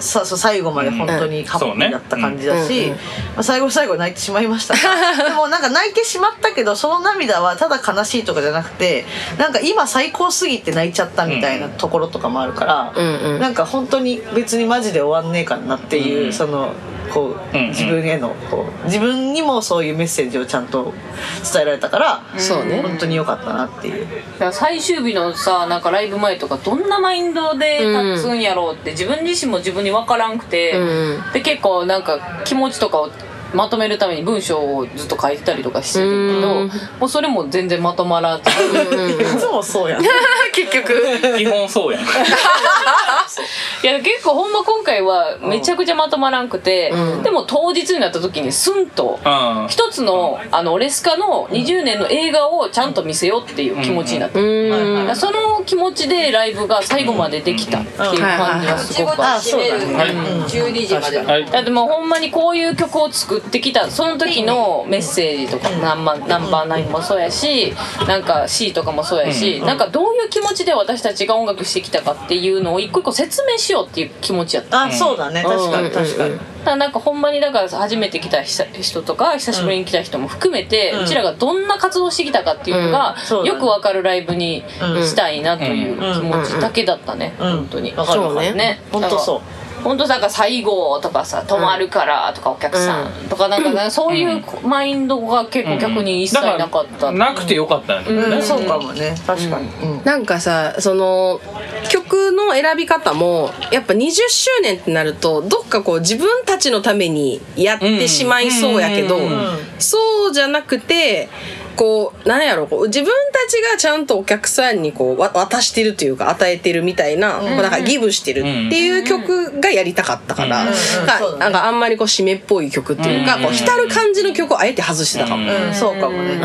B: さそう最後まで本当にハッピーだった感じだし、まあ、最後最後泣いてしまいました がでもなんか泣いてしまったけどその涙はただ悲しいとかじゃなくてなんか今最高すぎて泣いちゃったみたいなところとかもあるから、
E: うんうん
B: なんか本当に別にマジで終わんねえかなっていう、
C: うん
B: そのこう
C: うん
B: 自分へのこう自分にもそういうメッセージをちゃんと伝えられたから
E: そうね
B: 本当に良かったなっていう
D: だから最終日のさなんかライブ前とかどんなマインドで立つんやろうって自分自身も自分に分からんくて、
E: うん
D: で結構なんか気持ちとかをまとめるために文章をずっと書いてたりとかしてるけど、
E: うん
D: もうそれも全然まとまらず
B: いつもそう やん
E: 結局
C: 基本そうやん
D: いや結構ほんま今回はめちゃくちゃまとまらんくて、でも当日になった時にスンと
C: うん
D: 一つのあのオレスカの20年の映画をちゃんと見せようっていう気持ちになって、
E: うん
D: だからその気持ちでライブが最後までできたっていう感じはすごくあ
B: あ
D: る
B: そうだね
C: はい
H: 12時まで
C: はい
D: だってもうほんまにこういう曲を作ってきたその時のメッセージとかナンバナンバーナインもそうやしなんか C とかもそうやしなんかどういう気持ちで私たちが音楽してきたかっていうのを一個一個説明しようっていう気持ちやった
B: あそうだね確かに確かに
D: だからなんかほんまにだから初めて来た人人とか久しぶりに来た人も含めて、うちらがどんな活動してきたかっていうのが、
B: そうだね
D: よくわかるライブにしたいなという気持ちだけだったね、
B: ん
D: 本当に、
B: わかるわ
E: そう
B: か
E: ね
B: る
D: ね
B: 本当そう
D: う本当なんか最後とかさ泊まるからとかお客さんとかなんかなんかそういううマインドが結構逆に一切なかった、
C: だらなくてよかったんだよ
B: う
C: ね
B: んそうかもね確かにうん
E: なんかさその曲の選び方もやっぱ20周年ってなるとどっかこう自分たちのためにやってしまいそうやけど、
C: うん
E: そうじゃなくてこうなんやろこう自分たちがちゃんとお客さんにこうわ渡してるというか与えてるみたいな,、こうなんかギブしてるっていう曲がやりたかったから、
C: うん
B: うんうん
E: なんか
B: そうだね
E: なんかあんまりこう締めっぽい曲っていうか、
C: うん
E: こう浸る感じの曲をあえて外してたかも。
B: うんそうかも
E: う
B: ね
E: ん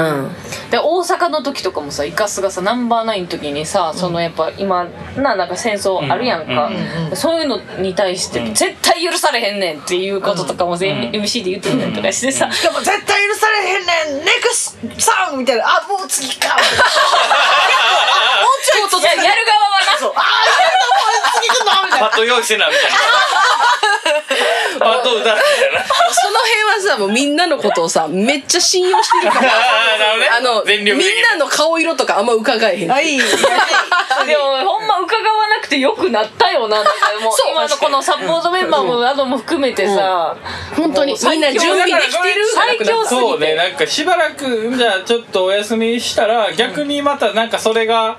D: で大阪の時とかもさイカスがさナンバーナインの時にさそのやっぱ今ななんか戦争あるやんか、そういうのに対して絶対許されへんねんっていうこととかも全、MC で言ってたりとかしてさ、
B: しかも絶対許されへんねんネクスさんみたいなあもう次か
D: いややる側はな
B: そうあーやるのもう次来んのみたいな
C: パッと用意してなみたいなパッと歌って
E: その辺はさもうみんなのことをさめっちゃ信用してる か
C: み
E: ら
C: た
E: あ
C: いな
E: の、み
C: 全
E: ん
C: 力的に
E: なの顔色とかあんま伺えへん。
B: はい
D: でもほんま伺わなくてよくなったよなだからもう
E: そう
D: 今のこのサポートメンバーもなども含めてさ、
E: 本当に。みんな準備できてる
D: 最強すぎて
C: そうねなんかしばらくじゃあちょっとお休みしたら逆にまたなんかそれが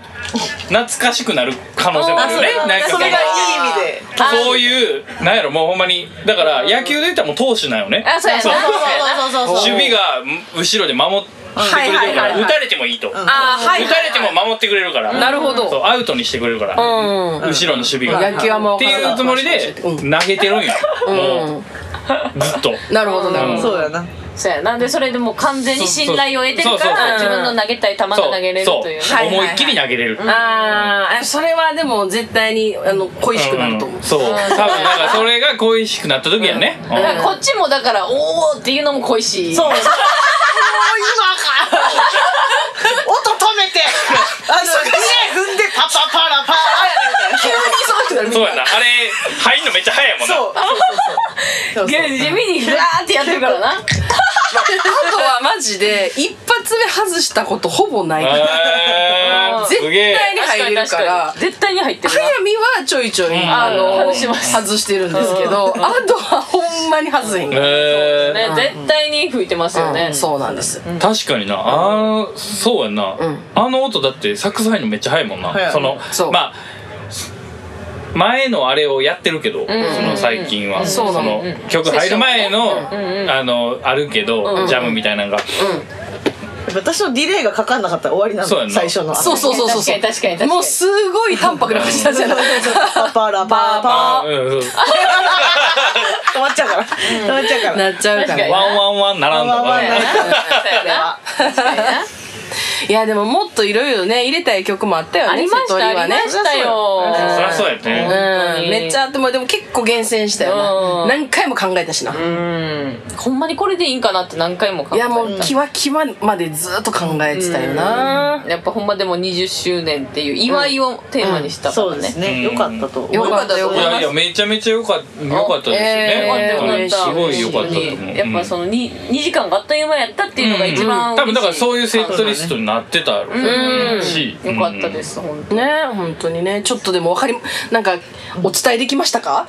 C: 懐かしくなる可能性もあるよね
B: あそうだ
C: な
B: それ
C: んか
B: がいい意味で
C: そういうなんやろもうほんまにだから野球で言ったらもう投手なんよね
D: あそうやな
C: そ
D: そ
C: う
D: うやな
B: そうそうそうそう
C: 守備が後ろで守ってくれてるから打たれてもいいと打た
D: あーはい
C: れても守ってくれるから
E: なるほど
C: そうアウトにしてくれるから後ろの守備が
E: 野球はもう
C: っていうつもりで投げてるんよもうずっと
E: なるほどなるほど。
B: そうやな
D: そうやなでそれでもう完全に信頼を得てるか
C: そう
D: ら
C: そ
D: 自
C: うそう
D: 分の投げたい球が
C: そ
D: 投げれるというね
C: そう
E: はいはいはい
C: 思いっきり投げれる
E: ああ、それはでも絶対に、あの、恋しくなると思う。
C: そう多分なんかそれが恋しくなった時やねうん
D: だからこっちもだからおおっていうのも恋しい
B: そう。もう今か。音止めて。 あの、踏んでパパパラパラ。
C: そうやなあれ入んのめっちゃ早いもんな
B: そう。そうそうそ う。
D: いや地味にふわーってやってるからな
E: あとはマジで、一発目外したことほぼない。
C: へー
E: 絶
C: すげえ
E: 対に入れるから。
D: 絶対に入ってるな
E: 早見はちょいちょい、
C: ん
E: あの
D: 外します
E: 外してるんですけど、あとはほんまに外せへん。
C: へー
D: ね絶対に吹いてますよね、
E: うんそうなんです。
C: 確かになあーそうやんなあの音だってサックス入るのめっちゃ早いもん
B: 早
C: ないその
E: そう
C: まあ前のあれをやってるけどその最近はそ
E: そうなの
C: の曲入る前のあのあるけどジャムみたいなのが
B: 私のディレイがかかんなかったら終わりな
C: そうやん
B: の。
C: な
B: 最初の。
E: そうそうそうそう。
D: 確かに確かに確かに
E: もうすごい淡白な感じなんじゃない
B: パパラパパ。
C: うんそう
B: 止まっちゃうから。止まっちゃうから。
E: なっちゃうから。
C: ワンワンワンならんだ
B: ワンワンワンなら
D: そ
B: ん
D: うや な
E: はいやでももっといろいろね入れたい曲もあったよね
D: ありまし
E: 瀬戸
D: た
E: 利
D: あ
E: は
D: り
E: ね
D: ましたよ
C: そりゃそうやってね
E: うんめっちゃあってもでも結構厳選したよ
D: うん
E: な何回も考えたしな
D: うんほんまにこれでいいんかなって何回も考
E: い
D: え
E: や
D: た
E: もうキワキワまでずっと考えてたよな
D: やっぱほんまでも20周年っていう祝いをテーマにしたか
B: そ
D: ら
B: うです
D: ね
B: ね。よかったと思う。
E: よかったよ
C: いやいやめちゃめちゃ良かった良かったですよね。
E: えー
C: 本当に
E: 嬉しい
C: すごい良かったと思う。
D: やっぱその 2, 2時間があっという間やったっていうのが一番
C: うん多分だか
D: 嬉
C: ら
D: しい
C: そういうセットリストになってたやろうし、
D: よかったです、ほんと
E: ね本当にねちょっとでも分かりなんかお伝解できまし たか
D: か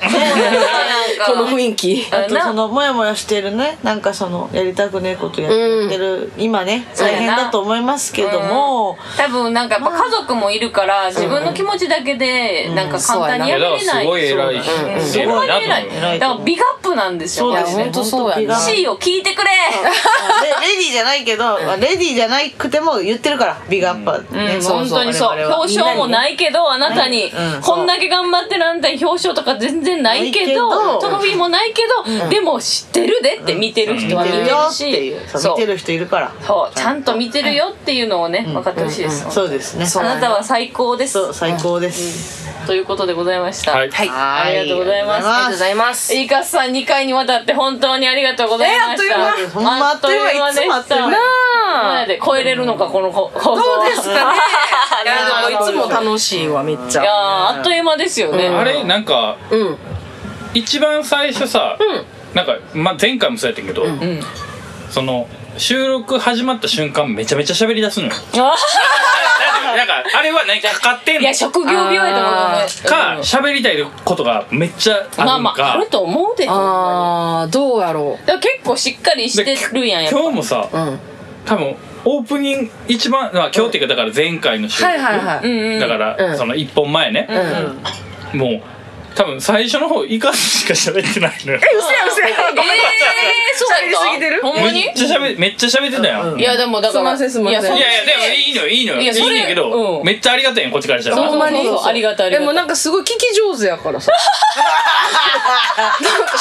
E: この雰囲気
B: あとそのモヤモヤしてるねなんかそのやりたくねえことやってる、今ね大変だと思いますけども、
D: 多分なんかやっぱ家族もいるから自分の気持ちだけでなんか簡単にや
C: やだから
D: めれ
C: す
D: ない、
C: ごい偉い人
E: そうだね
D: すごい
C: 偉いな
D: 偉い
C: と思う
B: 偉い
D: だからビガップなんですよ
B: そうですね
E: いや本当そうやな
B: 本当気が
D: C を聞いてくれ
B: レ レディーじゃないけど、レディーじゃなくても言ってるからビッグアップは、ね
D: うん本当にそう
B: 我々は
D: 表彰もないけどあなたに
B: うんうん
D: こんだけ頑張ってるあなたに表彰とか全然ないけ
B: ない
D: ど
B: けど
D: トロフィーもないけどでも知ってるでって見てる人は
B: 見
D: 見
B: て
D: てる
B: るよって
D: し
B: いうそう
D: そ
B: 見て
D: う
B: る人いるから
D: そうちゃんと見てるよっていうのをね分かってほしいです
B: そうですね
D: あなたは最高です
B: そう最高です、
D: ということでございました
C: はい
E: はい
B: は
D: ありがとうございます
E: ありがとうございます
D: イカスさん2回にわたって本当にありがとうございました。
E: えーあっという
B: 間ほんまあっという間
D: でした
B: いつもあっという間
D: なあで超えれるのかこの放送。
E: どうですかねいやで
B: な
E: もいつも楽しいわめっち
D: いや
E: ゃ
D: ああっという間ですよね。
C: あれなんか
E: うん
C: 一番最初さ、なんか、まあ、前回もそうやったけど、その収録始まった瞬間めちゃめちゃ喋り出すのよなんかあれは何かかってん
D: い
C: の
D: や職業病やと思う
E: あ
C: か喋りたいことがめっちゃあるのか、
D: まあまああると思うで。だか
E: あーどうやろ
D: ら結構しっかりしてるやんやっぱ。
C: 今日もさ、
E: ううん
C: 多分オープニング一番、まあ、今日っていうかだから前回の収録、
E: はいはいはい
D: うんうん。
C: だから、
E: うん
C: その一本前ね、
E: うん
C: もう多分最初の方イカスしか喋ってないのよ
E: うせやうせや
D: ええそうやった。
E: 喋りすぎてる
D: ほんまに？
C: めっちゃ喋めっちゃ喋ってたよ、
B: うん
D: いやでもだから。
E: すんませんすんません
D: いやそ
C: いやいやでもいいのよいいのよ
D: い
C: い
D: やそれ
C: いねんけど、
D: うん
C: めっちゃありがたいやんこっちからした
D: そう
C: ら
D: ほんまにありがたいありがたい
E: でもなんかすごい聞き上手やからさなんか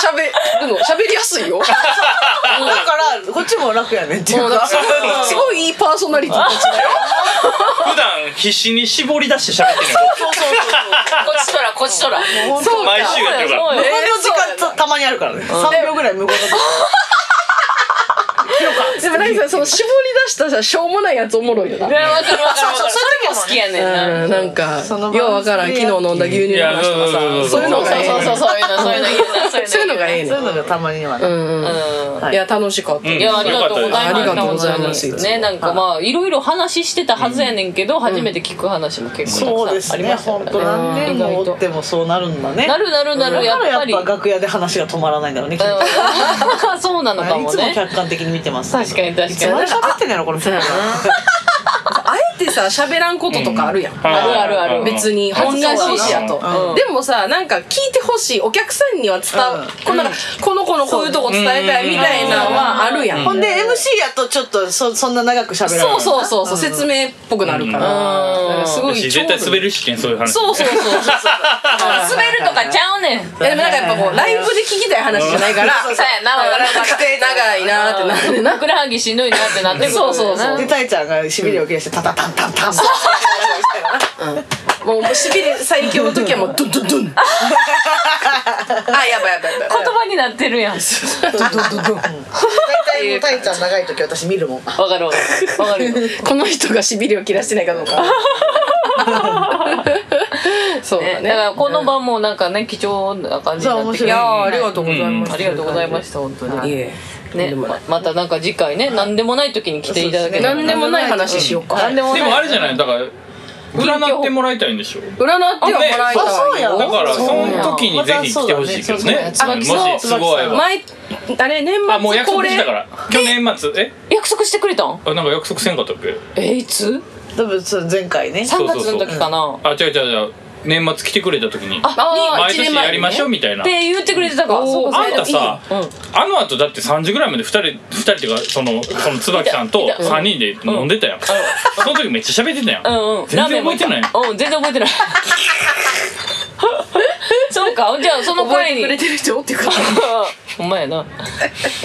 E: 喋るの喋りやすいよ
B: だからこっちも楽やねっていう か
E: すごいいいパーソナリティたちだよ
C: 普段必死に絞り出して喋ってる
B: そうそうそう
D: こっちとらこっちとら。
B: そう
E: そう
B: そう
E: か
C: 毎週やってるから
D: そうよ
B: 無言の時間たまにあるからね3秒ぐらい 無言の時間
E: でも何さその絞り出したさしょうもないやつおもろ いよない
D: やわかるわかるわかる。それも好きやねんな。
E: うんなんか
B: その場
E: ようわからん昨日飲んだ牛乳の話と
C: い
E: か
C: や
E: さそういう
D: そ
E: の
D: う
E: が
D: そう
E: ええ
D: そうそうそういうのそういうのいいな
E: そういうのがええね
B: そうんいうのがたまには
E: う
B: ね
E: んうん
D: うん。
E: いや楽しかった
D: いや、ありがとうございます。
E: ありがとうございます
D: ね、なんかまあ、いろいろ話してたはずやねんけど、初めて聞く話も結構
B: そう
D: た
B: で
D: くさんあ
B: す
D: り
B: ね
D: ました
B: 本
D: か
B: 当
D: らね。
B: 何年もおってもそうなるんだね
D: なるなるなる、や
B: だ
D: っ
B: からや
D: ぱ
B: っ
D: り。う
B: ぱ楽屋で話が止まらないんだろうねきっと
D: ん そうなのか
B: い
D: も
B: つも
D: ね。
B: 客観的に見てます
D: 確かに確
B: 誰
D: かに。
B: 喋ってんのやろこの人
E: そうやなあえてさ喋らんこととかあるやん
C: あ
D: るあるある
E: 別に
D: 恥
E: 本
D: ずか
E: ら
D: し
E: し
D: い
E: い
D: し
E: しやと、
B: うん
E: でもさなんか聞いてほしいお客さんには伝わ、
B: うん
E: このなんかこの子のこういうとこ伝えたいみたいなのはあるやん、
B: ほんで MC やとちょっとそそんな長く喋らない
E: そうそうそうそう、説明っぽくなるから、だからすごい
C: し
E: ちょ
C: 絶
E: うど
C: 対
E: いい
C: 滑る試験そういう話
E: そうそうそうそうそう
D: 滑るとかちゃうねん。そう
E: いやでもなんかやっぱこうライブで聞きたい話じゃないから
B: うん
E: さ
D: やな、
E: あ
D: 笑
E: 長くて長いなーってなる
D: うな。
E: な
D: ふくらはぎしんどいなってなってくる。
E: そうそうそう
B: でたいちゃんがしびれを切らしてタタタンタンタン
E: もうしびれ最強の時はもうドンドンドン あやばいやばいやばい
D: 言葉になってるやん。わ
B: 大体もうたいちゃん長い時私見るもん
D: かるわかる。わかるよ。
E: この人がしびれを切らしてないかどう かそうだ
D: ね
E: ね
D: だからこの場もなんかね、貴重な感じになってきて
B: そう面白い
E: いやー
D: は
E: ありがとうございま
D: ありがとうございました、本当に。
E: すいえ
D: ね、ままたなんか次回ね、何でもない時に来ていただけ
E: な
D: たら
E: んでもない話しようか
D: 何でも
C: で
D: ない
C: もあれじゃないだから占ってもらいたいんでしょ
E: 占ってはも
B: あ
E: らい
B: そう
E: たい
B: や
E: よ
C: だからそ
B: そう
C: の時にぜひ来てほしいけどね
E: そうだねそうだね
C: もしすごいわ
E: 前あれ年
C: あもう
E: 末
C: 約
E: 恒
C: 束してたか
E: 例
C: ら去年末え
D: 約束してくれたん
C: あなんか約束せんかったっけ
D: えいつ
B: 多分その前回ね
C: そ
D: ?3
C: うそう
D: 月
C: そう
D: の時かな
C: あ違う違う違う年末来てくれた時に
E: あ
C: 毎年やりましょう
E: う
C: みたいな
D: って言ってくれてたかそう
E: おー
D: か
C: あんたさ
D: そうか
C: あの後だって3時ぐらいまで2人2人っていうかそのその椿さんと3人で飲んでたやんその時めっちゃ喋ってたやん
D: うんうんうん
C: 全然覚えてない
D: ラーメンもうん全然覚えてないそうかじゃあその
E: 覚え
D: 声
E: て
D: に
E: くれてる人おっていうか
D: ほんまやな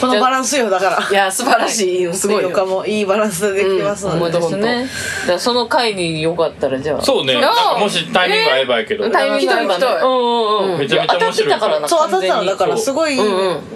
B: このバランスよだから
E: いや素晴らしいよすごい
B: よ
E: よ
B: かもいいバランスでできますの
D: そう
B: で
D: ですねだからその回によかったらじゃあ
C: そうねなんかもしタイミング合えばやけど
D: タイミングが合えばね
E: 来た来た
D: うんうんうん
C: めちゃめち
D: 当
C: ゃ面白い
D: たってたからな
B: そう当たったのだ
D: 完
B: か
D: 全に
B: らすごい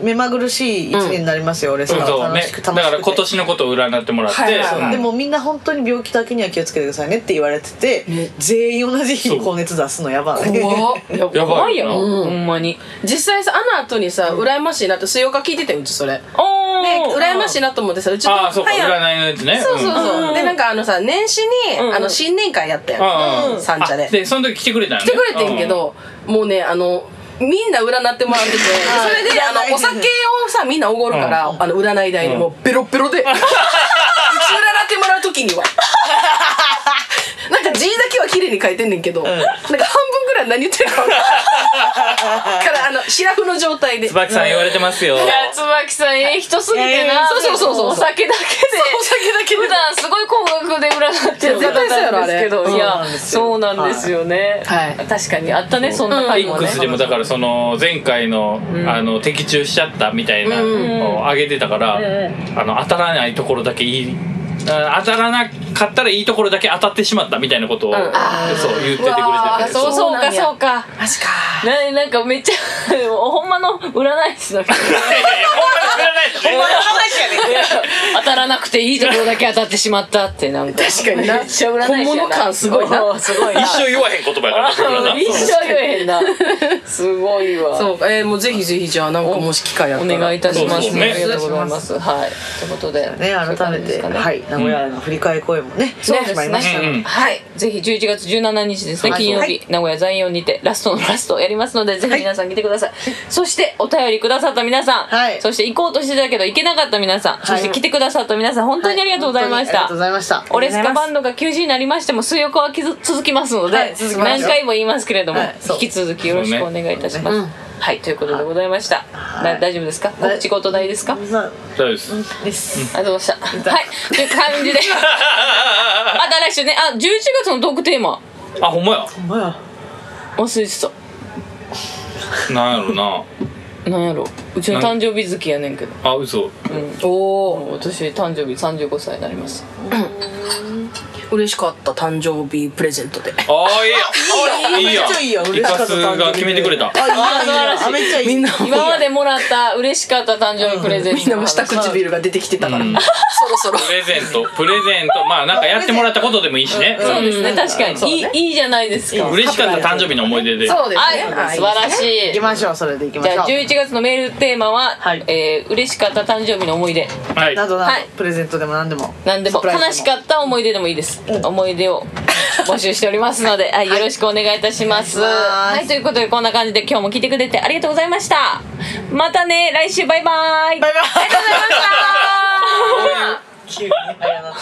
B: 目まぐるしい一年になりますよ俺さ
C: うんそう
B: 楽
C: ね
B: しく
C: だ
B: 楽し
C: から
B: く
C: 今
B: て
C: 年のことを占ってもらって
E: はいはい
B: でもみんな本当に病気だけには気をつけてくださいねって言われてて全員同じ日に高熱出すのやばい
E: 怖っ
D: いや
C: やば
D: 怖
C: い
D: い
C: よ
D: よ
C: な
D: ほんまに
E: 実際さあの後にさ羨まししいなって水曜から聞いててんうちそれで
D: おー
E: 羨ましいなと思ってさうちの
C: ああそうか占い
E: 早
C: のやつね
E: そうそう
C: うん
E: そう、でなんかあのさ年始に、
D: うん
E: あの新年会やったよ、
C: うんうん
E: 三茶で
C: あでその時来てくれたんやね
E: 来てくれてんけど、もうねあのみんな占ってもらってて、でそれであ
B: 占いで
E: のお酒をさみんなおごるから、あの占い台にもうベロッベロで、うち占ってもらう時には なんか字だけは綺麗に書いてんねんけど、なんか半分ぐらい何言ってるか分からんからあのシラフの状態で
C: うん椿さん言われてますよ
D: いや椿さんええ人すぎて
E: えー
D: な
E: そうそうそうそう
D: お酒だけで
E: お酒だけで
D: 普段すごい高額で占ってる
E: 絶対そうやろ
D: 方なんですけど
E: あれ
D: いやそうなんですよね
E: はい
D: 確かにあった ねそんな
C: エ
D: 回
C: ッ
D: も
C: ク
D: ね
C: スでもだからその前回の、あの的中しちゃったみたいなのを上げてたから、あの当たらないところだけいいあ当たらなかったらいいところだけ当たってしまったみたいなことを、そう言っててくれて
D: あ
C: て
D: そうそうかそうか
E: マジか
D: ななんかめっちゃ ほんまの占い師の人
C: ほんまに
D: 当たらなくていいところだけ当たってしまったってなんか
E: 確 かにな
D: めっちゃ占い師やな
E: 本物感すごい な
D: おーすごい
C: 一
D: な
C: 生言わへん言葉や からな僕らな
D: 一生言えへん なすごいわ
E: そうえーもうぜひぜひじゃあなんかもし機会あっ
D: お
E: たら
D: 願いいたします。
C: そうそうね
D: ありがとうございます。はい。ということで、
B: ね改めて、
D: そういう感じですかね
B: はい名古屋の振り返り声もね
D: そうで
B: 決ますりました
D: ね。はい。ぜひ11月17日ですね、
B: はい
D: 金曜
B: は
D: 日、名古屋残業にて、ラストのラストをやりますので、ぜひ皆さん来てください。そして、お便りくださった皆さん、
B: はい
D: そして行こうとしてたけど行けなかった皆さん、そして来てくださった皆さん、本当にありがとうございまし
B: ありが
D: た
B: とう。ございました
D: オレスカバンドが休止になりましても水曜は続きますので、
B: はい続きます
D: 何
B: よ
D: 回も言いますけれども、
B: はいそう
D: 引き続きよろしくお願いいたします。
E: そうね
D: はい、ということでございました。
B: は
D: な
B: い
D: 大丈夫ですか
B: い
D: 告知事題ですか、
B: な
C: そうです
B: です、
D: ありがとうございました。はい。という感じで。あ、だ来週ね。あ、11月のトークテーマ。
C: あほんまや
B: ほんまや
D: 忘れて
C: なんやろな
D: た。なんやろ。うちの誕生日好きやねんけど。
C: あ嘘
E: おお
D: もう私誕生日35歳になります。
E: 嬉しかった誕生日プレゼントで
C: ああいいやん
B: めっちゃいいやん
C: イ
B: 嬉しか
C: カ
B: った
C: スが決めてくれた
B: あいいやいい
D: あ素晴らしい
B: やあめっちゃいい
E: みんな
D: 今までもらった嬉しかった誕生日プレゼント。
E: みんなも下唇が出てきてたから、
C: うん
E: そろそろ
C: プレゼントプレゼントまあなんかやってもらったことでもいいしね
D: そうですね。確かに。いい、いいじゃないですか。
C: 嬉しかった誕生日の思い出で
E: そうですね
D: はい。素晴らし
B: 行き
D: い。
B: ましょうそれで行きま
D: じ
B: しょ
D: ゃあ
B: う
D: 11月のメールテーマは、
B: はい
D: えー嬉しかった誕生日の思い出。
C: はい
B: などなど、
D: はい
B: プレゼントでも何でも
D: なんでも
B: プライズも
D: 悲しかった思い出でもいいです、思い出を募集しておりますの で、はい、よろしくお願いいたします
B: お願いします
D: はいということでこんな感じで今日も聞いてくれてありがとうございましたまたね来週バイバイ
B: バイバイ
D: ありがとうございました
B: 急にあれやな